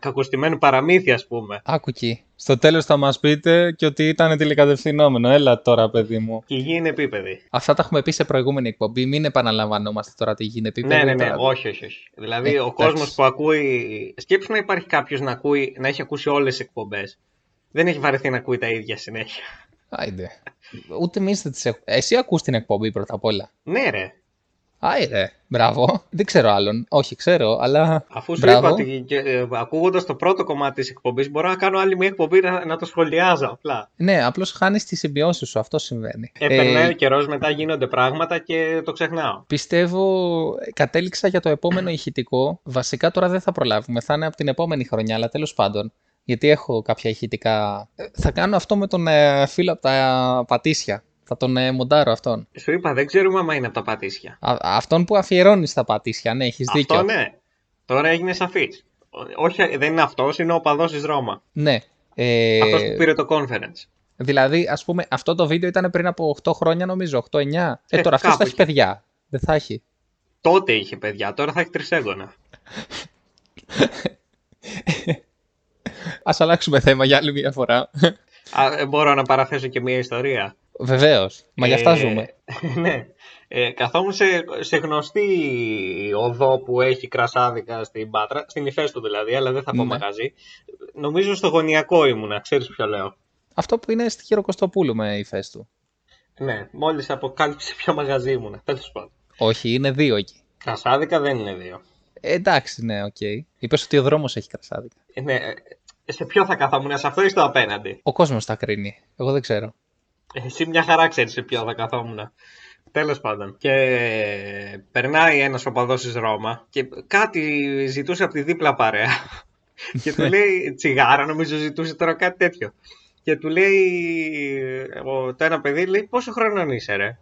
S9: κακοστημένο παραμύθι, ας πούμε.
S2: Άκου εκεί. Στο τέλος θα μας πείτε και ότι ήταν τηλεκατευθυνόμενο. Έλα τώρα, παιδί μου.
S9: Και γη είναι επίπεδη.
S2: Αυτά τα έχουμε πει σε προηγούμενη εκπομπή. Μην επαναλαμβανόμαστε τώρα τη γη είναι επίπεδη.
S9: Ναι, ναι, ναι.
S2: Τώρα...
S9: Όχι, όχι, όχι. Δηλαδή, ε, ο κόσμος που ακούει. Σκέψου να υπάρχει κάποιος να, ακούει... να έχει ακούσει όλες τις εκπομπές. Δεν έχει βαρεθεί να ακούει τα ίδια συνέχεια.
S2: Άιντε. Ούτε εμείς δεν τις έχουμε. Εσύ ακούς την εκπομπή πρώτα απ' όλα.
S9: Ναι, ρε.
S2: Άιρε, μπράβο. Δεν ξέρω άλλον. Όχι, ξέρω, αλλά.
S9: Αφού σου
S2: μπράβο.
S9: είπα ότι ε, ακούγοντας το πρώτο κομμάτι της εκπομπής, μπορώ να κάνω άλλη μια εκπομπή να, να το σχολιάζω απλά.
S2: Ναι, απλώς χάνεις τις συμπιώσει σου. Αυτό συμβαίνει.
S9: Ε, περνάει ο καιρός, μετά γίνονται πράγματα και το ξεχνάω.
S2: Πιστεύω κατέληξα για το επόμενο ηχητικό. Βασικά τώρα δεν θα προλάβουμε. Θα είναι από την επόμενη χρονιά, αλλά τέλος πάντων. Γιατί έχω κάποια ηχητικά. Ε, θα κάνω αυτό με τον ε, φίλο από τα Πατήσια. Θα τον ε, μοντάρω αυτόν.
S9: Σου είπα, δεν ξέρουμε άμα είναι από τα πατήσια.
S2: Α, αυτόν που αφιερώνεις στα πατήσια, ναι, έχεις δίκιο.
S9: Αυτό ναι. Τώρα έγινε σαφής. Όχι, δεν είναι αυτός, είναι ο παδό της Ρώμα.
S2: Ναι. Ε...
S9: Αυτός που πήρε το conference.
S2: Δηλαδή, ας πούμε, αυτό το βίντεο ήταν πριν από 8 χρόνια, νομίζω, 8-9. Ε, τώρα αυτός θα έχει παιδιά. Δεν θα έχει.
S9: Τότε είχε παιδιά, τώρα θα έχει τρισέγγωνα.
S2: Ας αλλάξουμε θέμα για άλλη μια φορά.
S9: Α, ε, μπορώ να παραθέσω και μια ιστορία.
S2: Βεβαίως. Μα για αυτά
S9: Ε,
S2: ζούμε.
S9: ναι. Ε, καθόμουν σε, σε γνωστή οδό που έχει κρασάδικα στην Πάτρα, στην Ιφέστο δηλαδή, αλλά δεν θα πω
S2: Ναι.
S9: μαγαζί. Νομίζω στο γωνιακό ήμουνα, ξέρεις ποιο λέω.
S2: Αυτό που είναι στη Χειροκοστοπούλου με η φες του.
S9: Ναι, μόλις αποκάλυψε ποιο μαγαζί ήμουνα, τέλος πάντων.
S2: Όχι, είναι δύο εκεί.
S9: Κρασάδικα δεν είναι δύο.
S2: Ε, εντάξει, ναι, οκ. Okay. Είπες ότι ο δρόμος έχει κρασάδικα.
S9: Ε, ναι, ε, σε ποιο θα καθόμουν, σε αυτό ή στο απέναντι.
S2: Ο κόσμος τα κρίνει. Εγώ δεν ξέρω.
S9: Ε, Εσύ μια χαρά ξέρεις σε ποιο θα καθόμουν. Τέλος πάντων. Και περνάει ένας οπαδός της Ρώμα και κάτι ζητούσε από τη δίπλα παρέα. και του λέει τσιγάρα, νομίζω ζητούσε τώρα κάτι τέτοιο. Και του λέει ο- το ένα παιδί, λέει πόσο χρόνο είσαι ρε.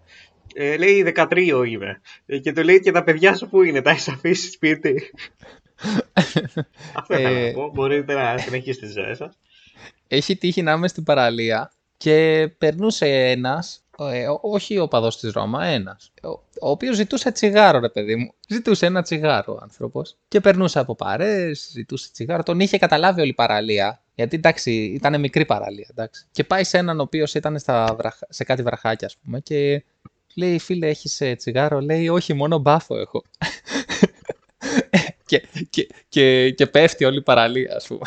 S9: Ε, λέει 13 είμαι. Ε, Και του λέει και τα παιδιά σου που είναι, τα έχεις αφήσει σπίτι. Αυτό ήθελα
S2: Ε,
S9: να πω. Μπορείτε να συνεχίσετε τη ζωή σας.
S2: Έχει τύχει να είμαι στην παραλία και περνούσε ένας, όχι ο παδός της Ρώμα, ένας, ο, ο οποίος ζητούσε τσιγάρο, ρε παιδί μου. Ζητούσε ένα τσιγάρο ο άνθρωπος. Και περνούσε από παρέ, ζητούσε τσιγάρο. Τον είχε καταλάβει όλη η παραλία. Γιατί εντάξει, ήταν μικρή παραλία, εντάξει. Και πάει σε έναν ο οποίος ήταν στα βραχ- σε κάτι βραχάκια, ας πούμε, και λέει: Φίλε, έχεις τσιγάρο. Λέει: Όχι, μόνο μπάφο έχω. και, και, και, και πέφτει όλη η παραλία, ας πούμε.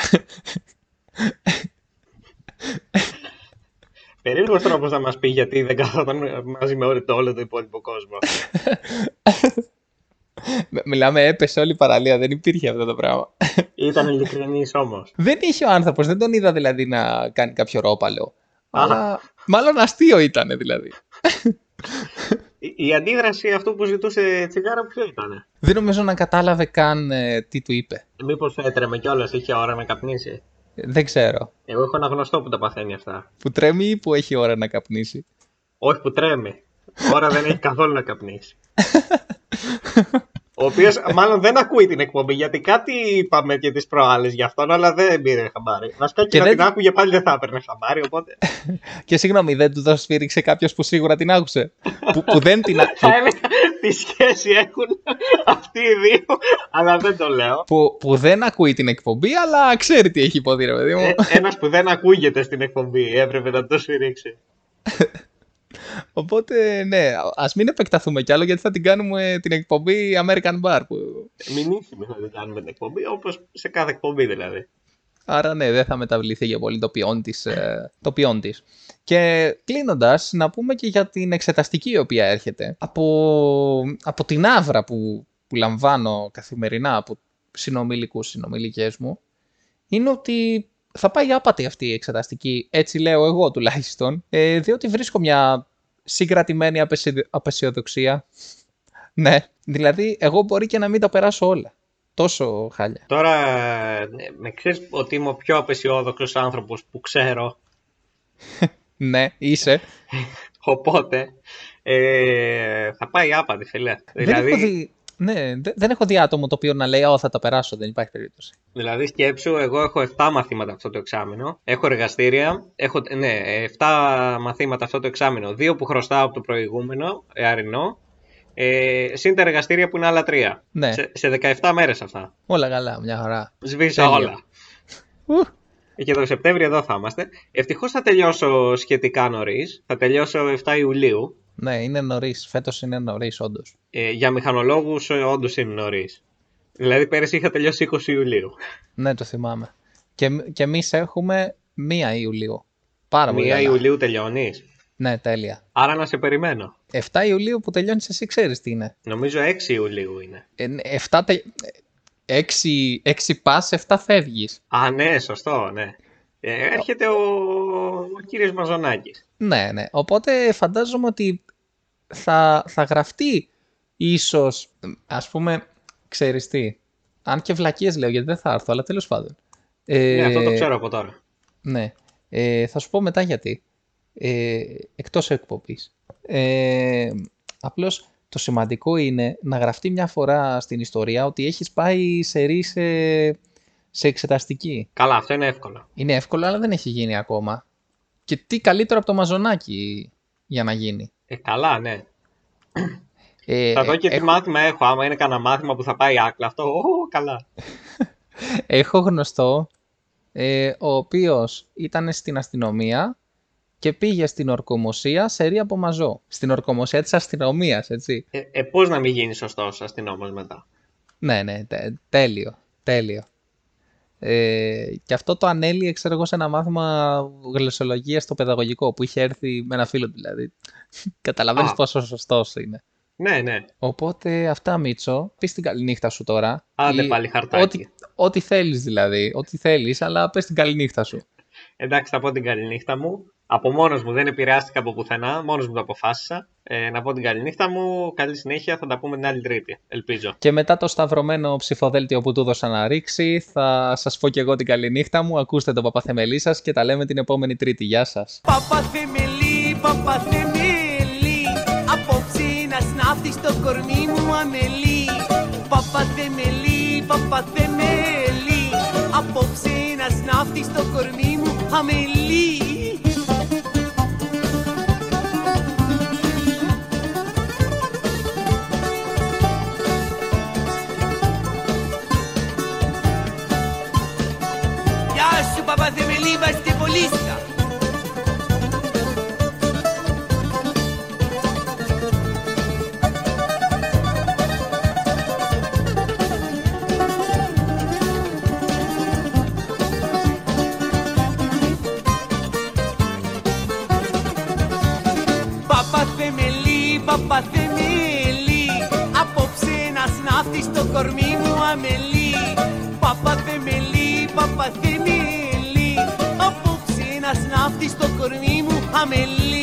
S9: Περίεργος τρόπος να μας πει γιατί δεν καθόταν μαζί με όλο το, όλο το υπόλοιπο κόσμο.
S2: Μ- Μιλάμε, έπεσε όλη η παραλία, δεν υπήρχε αυτό το πράγμα.
S9: Ήταν ειλικρινής όμως.
S2: δεν είχε ο άνθρωπος, δεν τον είδα δηλαδή να κάνει κάποιο ρόπαλο.
S9: Α.
S2: Αλλά μάλλον αστείο ήταν δηλαδή.
S9: Η- Η αντίδραση αυτού που ζητούσε τσιγάρο ποιο ήταν.
S2: Δεν νομίζω να κατάλαβε καν ε, τι του είπε.
S9: Μήπως έτρεμε κιόλας, είχε ώρα να καπνίσει.
S2: Ε, Δεν ξέρω.
S9: Εγώ έχω ένα γνωστό που τα παθαίνει αυτά.
S2: Που τρέμει ή που έχει ώρα να καπνίσει.
S9: Όχι που τρέμει. Ώρα δεν έχει καθόλου να καπνίσει. Ο οποίος μάλλον δεν ακούει την εκπομπή γιατί κάτι είπαμε και τις προάλλες γι' αυτόν, αλλά δεν πήρε χαμπάρι. Βασικά και,
S2: Και
S9: να
S2: δεν-
S9: την άκουγε πάλι δεν θα έπαιρνε χαμπάρι, οπότε.
S2: Και συγγνώμη, δεν του το σφύριξε κάποιος που σίγουρα την άκουσε. που, που δεν την άκουσε.
S9: θα έλεγα τι σχέση έχουν αυτοί οι δύο, αλλά δεν το λέω.
S2: που, που δεν ακούει την εκπομπή, αλλά ξέρει τι έχει υποθεί, ρε παιδί μου.
S9: Ένα Ε, που δεν ακούγεται στην εκπομπή έπρεπε να το σφυρίξει.
S2: Οπότε, ναι, ας μην επεκταθούμε κι άλλο, γιατί θα την κάνουμε την εκπομπή American Bar. Που...
S9: Μηνύσιμη θα την κάνουμε την εκπομπή, όπως σε κάθε εκπομπή δηλαδή.
S2: Άρα, ναι, δεν θα μεταβληθεί για πολύ το ποιόν της. Το ποιόν της. Και κλείνοντας, να πούμε και για την εξεταστική η οποία έρχεται. Από, από την άβρα που, που λαμβάνω καθημερινά από συνομιλικούς, συνομιλικές μου, είναι ότι θα πάει άπατη αυτή η εξεταστική, έτσι λέω εγώ τουλάχιστον, ε, διότι βρίσκω μια συγκρατημένη απεσι- απεσιοδοξία. ναι, δηλαδή εγώ μπορεί και να μην τα περάσω όλα. Τόσο χάλια.
S9: Τώρα, ε, με ξέρεις ότι είμαι ο πιο απεσιόδοξος άνθρωπος που ξέρω.
S2: Ναι, είσαι.
S9: Οπότε ε, θα πάει άπαντη, φιλέ.
S2: Δεν έχω
S9: Δηλαδή,
S2: δει, ναι, δε- δεν έχω δει άτομο το οποίο να λέει «Ω, θα τα περάσω, δεν υπάρχει περίπτωση».
S9: δηλαδή σκέψου, εγώ έχω 7 μαθήματα αυτό το εξάμεινο. Έχω εργαστήρια. Έχω, ναι, 7 μαθήματα αυτό το εξάμεινο. Δύο που χρωστάω από το προηγούμενο, ε, αρινό. Ε, συν τα εργαστήρια που είναι άλλα τρία.
S2: Ναι.
S9: Σε, σε 17 μέρες αυτά.
S2: Όλα καλά, μια χαρά.
S9: Σβήσα
S2: Τέλεια.
S9: όλα. Και το Σεπτέμβριο εδώ θα είμαστε. Ευτυχώς θα τελειώσω σχετικά νωρίς. Θα τελειώσω 7 Ιουλίου.
S2: Ναι, είναι νωρίς. Φέτος είναι νωρίς, όντως.
S9: Ε, για μηχανολόγους, όντως είναι νωρίς. Δηλαδή, πέρυσι είχα τελειώσει 20 Ιουλίου.
S2: Ναι, το θυμάμαι. Και, και εμείς έχουμε 1 Ιουλίου. Πάρα πολύ.
S9: 1
S2: καλά.
S9: Ιουλίου τελειώνεις.
S2: Ναι, τέλεια.
S9: Άρα να σε περιμένω.
S2: 7 Ιουλίου που τελειώνεις, εσύ ξέρεις τι είναι.
S9: Νομίζω 6 Ιουλίου είναι.
S2: Ε, 7 τε... 6, 6 πα, 7 φεύγεις.
S9: Α, ναι, σωστό, ναι. Ε, έρχεται ο, ο κύριος Μαζονάκης.
S2: Ναι, ναι. Οπότε φαντάζομαι ότι θα, θα γραφτεί ίσως, ας πούμε, ξέρεις τι, αν και βλακίες λέω γιατί δεν θα έρθω, αλλά τέλος πάντων. Ε,
S9: Ναι, αυτό το ξέρω από τώρα.
S2: Ναι. Ε, θα σου πω μετά γιατί. Ε, εκτός εκπομπής. Ε, απλώς το σημαντικό είναι να γραφτεί μια φορά στην ιστορία ότι έχεις πάει σε ρί σε, σε εξεταστική.
S9: Καλά, αυτό είναι εύκολο.
S2: Είναι εύκολο, αλλά δεν έχει γίνει ακόμα. Και τι καλύτερο από το μαζονάκι για να γίνει.
S9: Ε, καλά, ναι.
S2: Ε,
S9: θα δω και τι
S2: έχω,
S9: μάθημα έχω. Άμα είναι κανένα μάθημα που θα πάει άκλα, αυτό. Ω, καλά.
S2: έχω γνωστό ε, ο οποίος ήταν στην αστυνομία και πήγε στην ορκομοσία σε ρί από μαζό. Στην ορκομοσία της αστυνομίας, έτσι.
S9: Ε, ε πώς να μην γίνει σωστός αστυνόμος μετά.
S2: Ναι, ναι, τε- τέλειο, τέλειο. Ε, και αυτό το ανέλυε, ξέρω εγώ, σε ένα μάθημα γλωσσολογίας στο παιδαγωγικό που είχε έρθει με ένα φίλο του, δηλαδή. Καταλαβαίνεις
S9: Α.
S2: πόσο σωστός είναι.
S9: Ναι, ναι.
S2: Οπότε αυτά, Μίτσο. Πεις την καληνύχτα σου τώρα.
S9: Άντε
S2: Ή-
S9: πάλι χαρτάκι.
S2: Ό,τι, ό,τι θέλεις δηλαδή. Ό,τι θέλεις, αλλά πες την καληνύχτα σου.
S9: Εντάξει, θα πω την καληνύχτα μου. Από μόνος μου, δεν επηρεάστηκα από πουθενά. Μόνος μου το αποφάσισα. Ε, να πω την καληνύχτα μου. Καλή συνέχεια. Θα τα πούμε την άλλη Τρίτη. Ελπίζω.
S2: Και μετά το σταυρωμένο ψηφοδέλτιο που του δώσα να ρίξει, θα σας πω και εγώ την καληνύχτα μου. Ακούστε τον παπαθεμελή σας και τα λέμε την επόμενη Τρίτη. Γεια σας.
S10: Παπαθεμελή, παπαθεμελή Απόψε να σνάφτεις το κορμί μου αμελή Παπαθεμελή, παπαθεμελή Απόψε να σνάφτεις το κορμί μου αμελή Γεια σου παπαθεμελή, είμαστε πολύστα Παπαθεμελή, παπαθεμελή Απόψε να σνάφτεις το κορμί μου αμελή Παπαθεμελή, παπαθεμελή Απόψε να σνάφτεις το κορμί μου αμελή